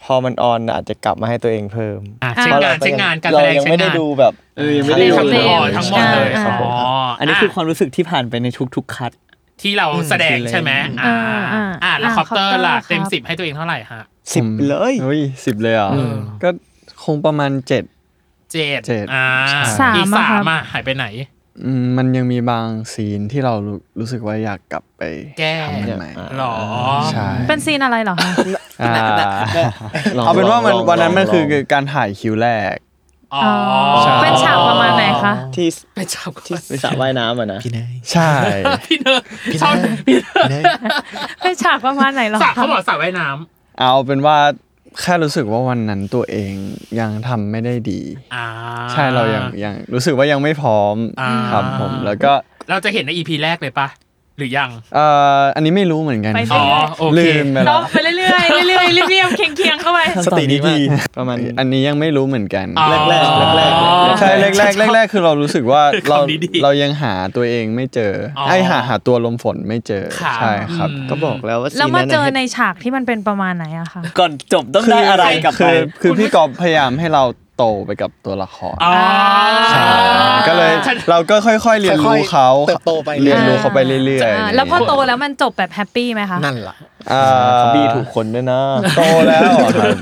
F: พอมันออนอาจจะกลับมาให้ตัวเองเพิ่ม
C: อ่ะเช็คงาน
F: พะ
C: เช็คงานการ
F: เรา
C: แสดง
F: ยัง
C: เช็ค
F: ไม่ได้
C: งาน
F: ดูแบบ
D: เออยังไม่ได้ดู
C: ทั้งหมด
B: เลย
F: ค
C: ทั้งหมดเลย
F: รับผม
C: อ๋อ
H: อันนี้คือความรู้สึกที่ผ่านไปในทุกๆคัด
C: ที่เราแสดงใช่ไหม
B: อื
C: อ่าม
B: อ่า
C: อ่าแล้วคอปเตอร์ล่ะ
B: อ่าคอปเตอร์
C: เต็มสิบให้ตัวเองเท่าไหร่ฮะ
F: สิบเลย
D: เฮ้ยสิบเลยเหรอ่ะ
C: เออ
D: ก็คงประมาณเจ็ด
C: เจ็ด
D: เจ็ด
C: อ่า
B: สาม
C: อีกสา
B: อะครั
C: ม
B: บ
C: อ่ะหายไปไหน
D: อืมมันยังมีบางซีนที่เรารู้รู้สึกว่าอยากกลับไป
C: แก้
D: ทำมันใหม่
C: หรอ
D: ใช่
B: เป็นซีนอะไรเหรอคะ
D: อ่า
F: ลอง
D: เอาเป็นว่ามัน
F: ลอง
D: วันนั้นมัน
F: ลอง
D: คือการถ่ายคิวแรก
C: อ๋อ
D: ใช่
B: เป็นฉากประมาณไหนคะ
F: ที่
C: เป็นฉากที่
F: ที่สระว่ายน้ำอ่ะนะ
E: พี่เนย
D: ใช่
C: พี่เนย
E: พี่
C: ชอบ
E: เนย
C: พี่
E: พี่เนย
B: เป็นฉากประมาณไหนเหรอ
C: สระ
B: คะ
C: เขาบอกสระว่ายน้
D: เอาเป็นว่าแค่รู้สึกว่าวันนั้นตัวเองยังทำไม่ได้ดี
C: ำอ่า
D: ใช่เรายังยังรู้สึกว่ายังไม่พร้อม
C: อ่า
D: ครับผมแล้วก็
C: เราจะเห็นในอีพีแรกเลยปะหรือยัง
D: เอ่ออันนี้ไม่รู้เหมือนกัน
B: ไปเร
C: อ๋
B: ื่อ
C: อ
B: ย
C: โอเค
D: ลืมไป
B: ล
D: แล้ว
B: บไปเรื่อยๆเรื่อยๆเรียบๆเคียงเคียงๆเข้าไป
D: สติดีที
F: ประมาณ
D: อันนี้ยังไม่รู้เหมือนกัน
C: อ๋อ
F: แรกๆแรกๆ
D: ใช่แรกแรกแรกแรกๆคือเรารู้สึกว่าเรา
C: คำนี้ดี
D: เรายังหาตัวเองไม่เจออ
C: อ
D: ไอหาหาตัวลมฝนไม่เจอ
C: ครับ
D: ใช่ครับ
C: อืม
F: ก็บอกแล้วว่าซี
B: แล้ว
F: น
B: มา
F: นั้น
B: เจอ
F: น่ะ
B: ในฉากที่มันเป็นประมาณไหนอะคะ
H: ก่อนจบต้องได้อะไรกลับ
D: คื
H: ไป
D: อคือพี่กอบพยายามให้เราโตไปกับตัวละคร
C: อ๋อ
D: ใช่ก็เลย
C: ฉัน
D: เราก็ค่อย ๆ เรียน
E: ค่อ
D: รู้
E: ย
D: เขา
E: ๆเติบโตไป
D: เรียนรู้เขาไปเรื่อย
B: า
D: ๆ
B: แล้วพอโตแล้วมันจบแบบแฮปปี้ไหมคะ
E: นั่นล่ะ
D: อ่า
F: เขาบี้ถูกคนด้วยนะ
D: โตแล้วครับ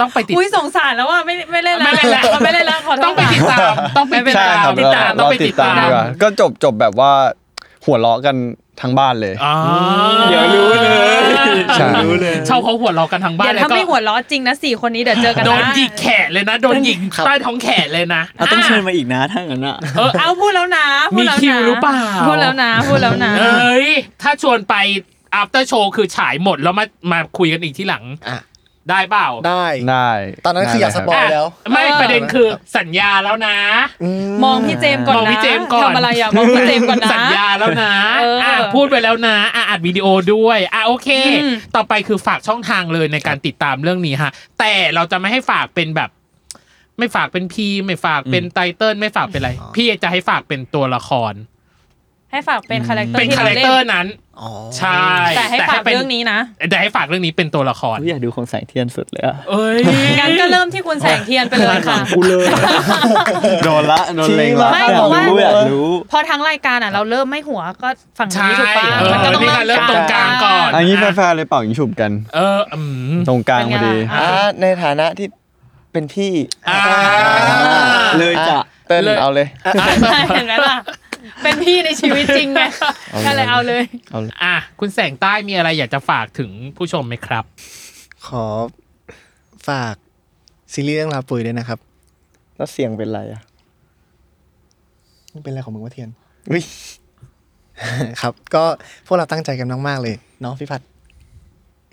C: ต้องไปติด
B: อุ้ยสงสารแล้วว่าไม่ไม่เล่น
C: ไม่
B: แล้ว
C: เล่นแล้ว
B: เอาไม่เล่นแล้วขอโทษ
C: ต้องไปติด
B: ค่ะ
C: ตาม ต้องไปติด
D: ใช่
C: ตา
D: ค
C: ม
D: รับ
C: ติดตาม
D: เร
C: ต้องไปติดตาม
D: เรดีกว่ก็จบจบแบบว่า หัวเราะกันทั้งบ้านเลย
C: อ่า
F: เดี๋ยวรู้เลย
D: ใช่
C: ชาวเขาหัวเราะกันทางบ้า
I: เดี๋ย
C: น
I: ว
C: แล้ว
I: ถ้า
C: ก็
I: ไม่หัวเร้อจริงนะสี่คนนี้เดี๋ยวเจอกัน
C: โดน
I: นะ
C: หยิกแขนเลยนะ โดนหยิก
E: ครับ
C: ใต้ท้องแขนเลยนะ
H: เราต้องเชิญมาอีกนะถ้างั้นอ่ะ
C: เออ
I: เอาพูดแล้วนะพูดแล้ว
C: มีคิว
I: นะ
C: หรือเปล่า
I: พูดแล้วนะพูดแล้วนะ
C: เอ้ย ถ้าชวนไป after show คือฉายหมดแล้วมามาคุยกันอีกที่หลัง
E: อ่ะ
C: ได้เปล่า
E: ได้
D: ได้
E: ตอนนั้นคืออยากส
D: ได้เลรั
E: ปอยแล้ว
C: อ่ะไม่
I: เออ
C: ประเด็นคือสัญญาแล้วนะ
I: มองพี่เจมส์ก่อน
C: มอง
I: นะ
C: พี่เจมส์ก่อน
I: ทำอะไรอ่ะมองพี่เจมส์ก่อนนะ
C: สัญญาแล้วนะ
I: เอออ่
C: ะพูดไปแล้วนะอ่ะอัดวิดีโอด้วยอ่ะโอเค
I: อืม
C: ต่อไปคือฝากช่องทางเลยในการติดตามเรื่องนี้ฮะ แต่เราจะไม่ให้ฝากเป็นแบบ ไม่ฝากเป็นพีไม่ฝากเป็นไตเติลไม่ฝากเป็นอะไร พี่จะให้ฝากเป็นตัวละคร
I: ให้ฝากเป็นคาแรคเตอร์
C: เป็น
I: ที่
C: คาแร
I: เรา
C: ค
I: เล่
C: เตอร์
I: น
C: นั้น
E: อ๋อ
C: ใช่
I: แต่ให้ฝาก
C: ป็
I: เรื่องนี้นะ
C: แต่ให้ฝากเรื่องนี้เป็นตัวละคร
H: อยากดูของแสงเทียนสุดเลยอ่ะ
C: เอ้ย
I: งั้นก็เริ่มที่คุณแสงเทียนไปเลยค่ะ
D: โดนละโดนเลงละ
I: ไม่เพราะว่า
D: อยากรู้
I: พอทั้งรายการอ่ะเราเริ่มไม่หัวก็ฝั่ง
C: ใช่
I: นี้ถูกปะ
C: เออ
I: มันก็ต้อง
C: นี่ก็เริ่มตรงกลางก่อน
D: อันนี้แฟนๆเลยเป่ายิงฉุบกัน
C: เอออืม
D: ตรงกลางพอดี
F: อ่าในฐานะที่เป็นพี่
C: อ่า
H: เลยจ้ะ
F: อ่เต้น
C: เลย
F: เอาเลย
I: เห็นไหมล่ะ เป็นพี่ในชีวิตจริงไงก็เลยเอาเลย
C: อ่ะคุณแสงใต้มีอะไรอยากจะฝากถึงผู้ชมไหมครับ
E: ขอฝากซีรีส์เรื่องลาปุยด้วยนะครับ
F: แล้วเสียงเป็นไรอ่ะ
E: มันเป็นอะไรของมึงวะเทียน
F: อุ๊ย
E: ครับ ก็พวกเราตั้งใจกันมากๆเลยเนาะพี่พัด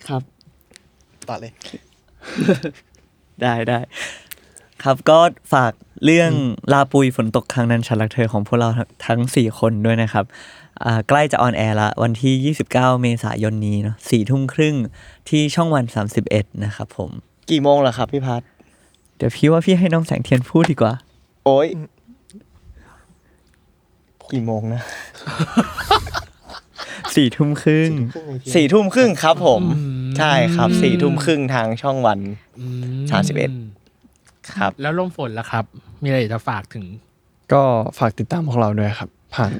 H: ครับ
E: ต่อเลย
H: ได้ได้ครับก็ฝากเรื่องลาปุยฝนตกครั้งนั้นฉันรักเธอของพวกเราทั้ง 4 คนด้วยนะครับอ่าใกล้จะออนแอร์ละวันที่ 29 เมษายนนี้เนาะสี่ทุ่มครึ่งที่ช่องวัน 31 นะครับผม
F: กี่โมงล่ะครับพี่พัท
H: เดี๋ยวพี่ว่าพี่ให้น้องแสงเทียนพูดดีกว่า
F: โอ้ยกี่โมงนะ
H: สี่ทุ่มครึ่ง
F: สี่ทุ่มครึ่งครับผม
C: อืม
F: ใช่ครับสี่ทุ่มครึ่งทางช่องวัน สามสิบเอ็ด ครับ
C: แล้วลมฝนล่ะครับ มีอะไรอยากจะฝากถึง
D: ก็ฝากติดตามพวกเราด้วยครับ ผ่าน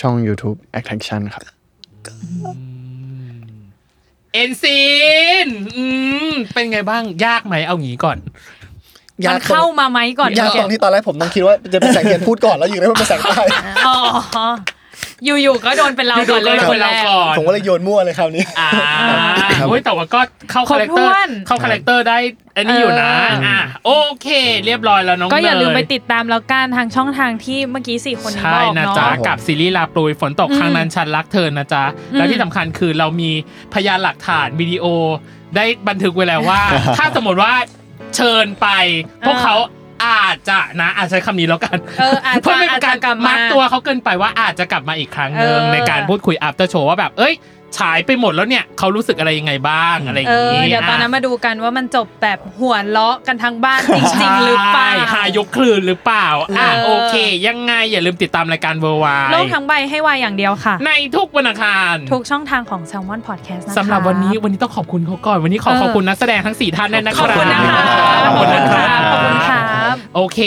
D: ช่อง YouTube Attraction ครับ
C: เอ็นซีนอืมเป็นไงบ้างยากไหมเอางี้ก่อน
I: มันเข้ามาไหมก่อน
E: ยากตรงที่ตอนแรกผมต้องคิดว่าจะเป็นแสงเทียนพูดก่อนแล้วอยู่ได้ว่าเป็นแสงใต้
I: อ๋ออยู่ๆก็โดนเป็นเราก่อนเลย
C: โด
I: คน น
C: เรา
I: แรก
C: ก่อน
E: ผมก็เลยโยนมั่วเลยคราวนี้
C: อ่าโอ้ยแต่ว่าก็เข้า
I: คร
C: คา
I: บ
C: แรคเตอ
I: ถ้
C: ร์
I: วน
C: เข้าคาแรคเตอร์ได้ อันนี้อยู่นะ
I: เอออ่
C: ่ะโอเค เรียบร้อยแล้วน้อง
B: ก็อย่าลืมไป
C: เน
B: ติดตามแล้วกันทางช่องทางที่เมื่อกี้สี่คนนี้
C: ใช่
B: บอก
C: นะ
B: เนาะ
C: จ๊ะ
D: ผม
C: กับซีรีส์ลาปลุยฝนตกครั้งนั้นฉันรักเธอนะจ๊ะ แล้วที่สำคัญคือเรามีพยานหลักฐานวิดีโอ ได้บันทึกไว้แล้วว่า ถ้าสมมติว่าเชิญไป พวกเขาอาจจะนะอาจใช้คำนี้แล้วกัน
I: เอออาจ
C: เพื่อ
I: จะ
C: ไม่
I: อา
C: เป็
I: จ
C: นกา
I: จะ
C: ร
I: กลับมา
C: มัดตัวเขาเกินไปว่าอาจจะกลับมาอีกครั้งหนึ่ง
I: เออ
C: ในการพูดคุย after show ว่าแบบ เอ้ย ฉายไปหมดแล้วเนี่ย เขารู้สึกอะไรยังไงบ้างอะไรอย่า
I: เอง อ
C: นี้
I: เดี๋ยวตอนนั้นมาดูกันว่ามันจบแบบหัวเลาะกันทั้งบ้านจริงๆหรือเปล่า
C: หายกคลื่นหรือเปล่า อ่ะ
I: เออ
C: โอเค ยังไงอย่าลืมติดตามรายการเวอร์ไว
I: โลกทั้งใบให้วายอย่างเดียวค่ะ
C: ในทุกวันอังคาร
B: ทุกช่องทางของ Salmon Podcast นะคะ
C: สำหรับวันนี้วันนี้ต้องขอบคุณเขาก่อน วันนี้ขอ
I: เออ
C: ขอบคุณนักแสดงทั้งสี่ท่านด้วยนะค
I: ข
C: รั
I: อ
C: บบ
I: คุณนะคะ
C: ขอบคุณนะค
I: ค
C: รั
I: รั
C: บบ
I: ขอบคุณครับ
C: โอเค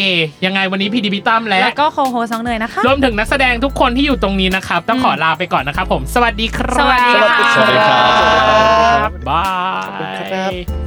C: ยังไงวันนี้พี่ดิบิตั้มและ
B: แล้วก็โคโฮซองเนยนะคะ
C: รวมถึงนักแสดงทุกคนที่อยู่ตรงนี้นะครับต้องขอลาไปก่อนนะครับผม สวัสดีครับ
I: สวัสดีค่ะ
C: สวัสดีครับ บาย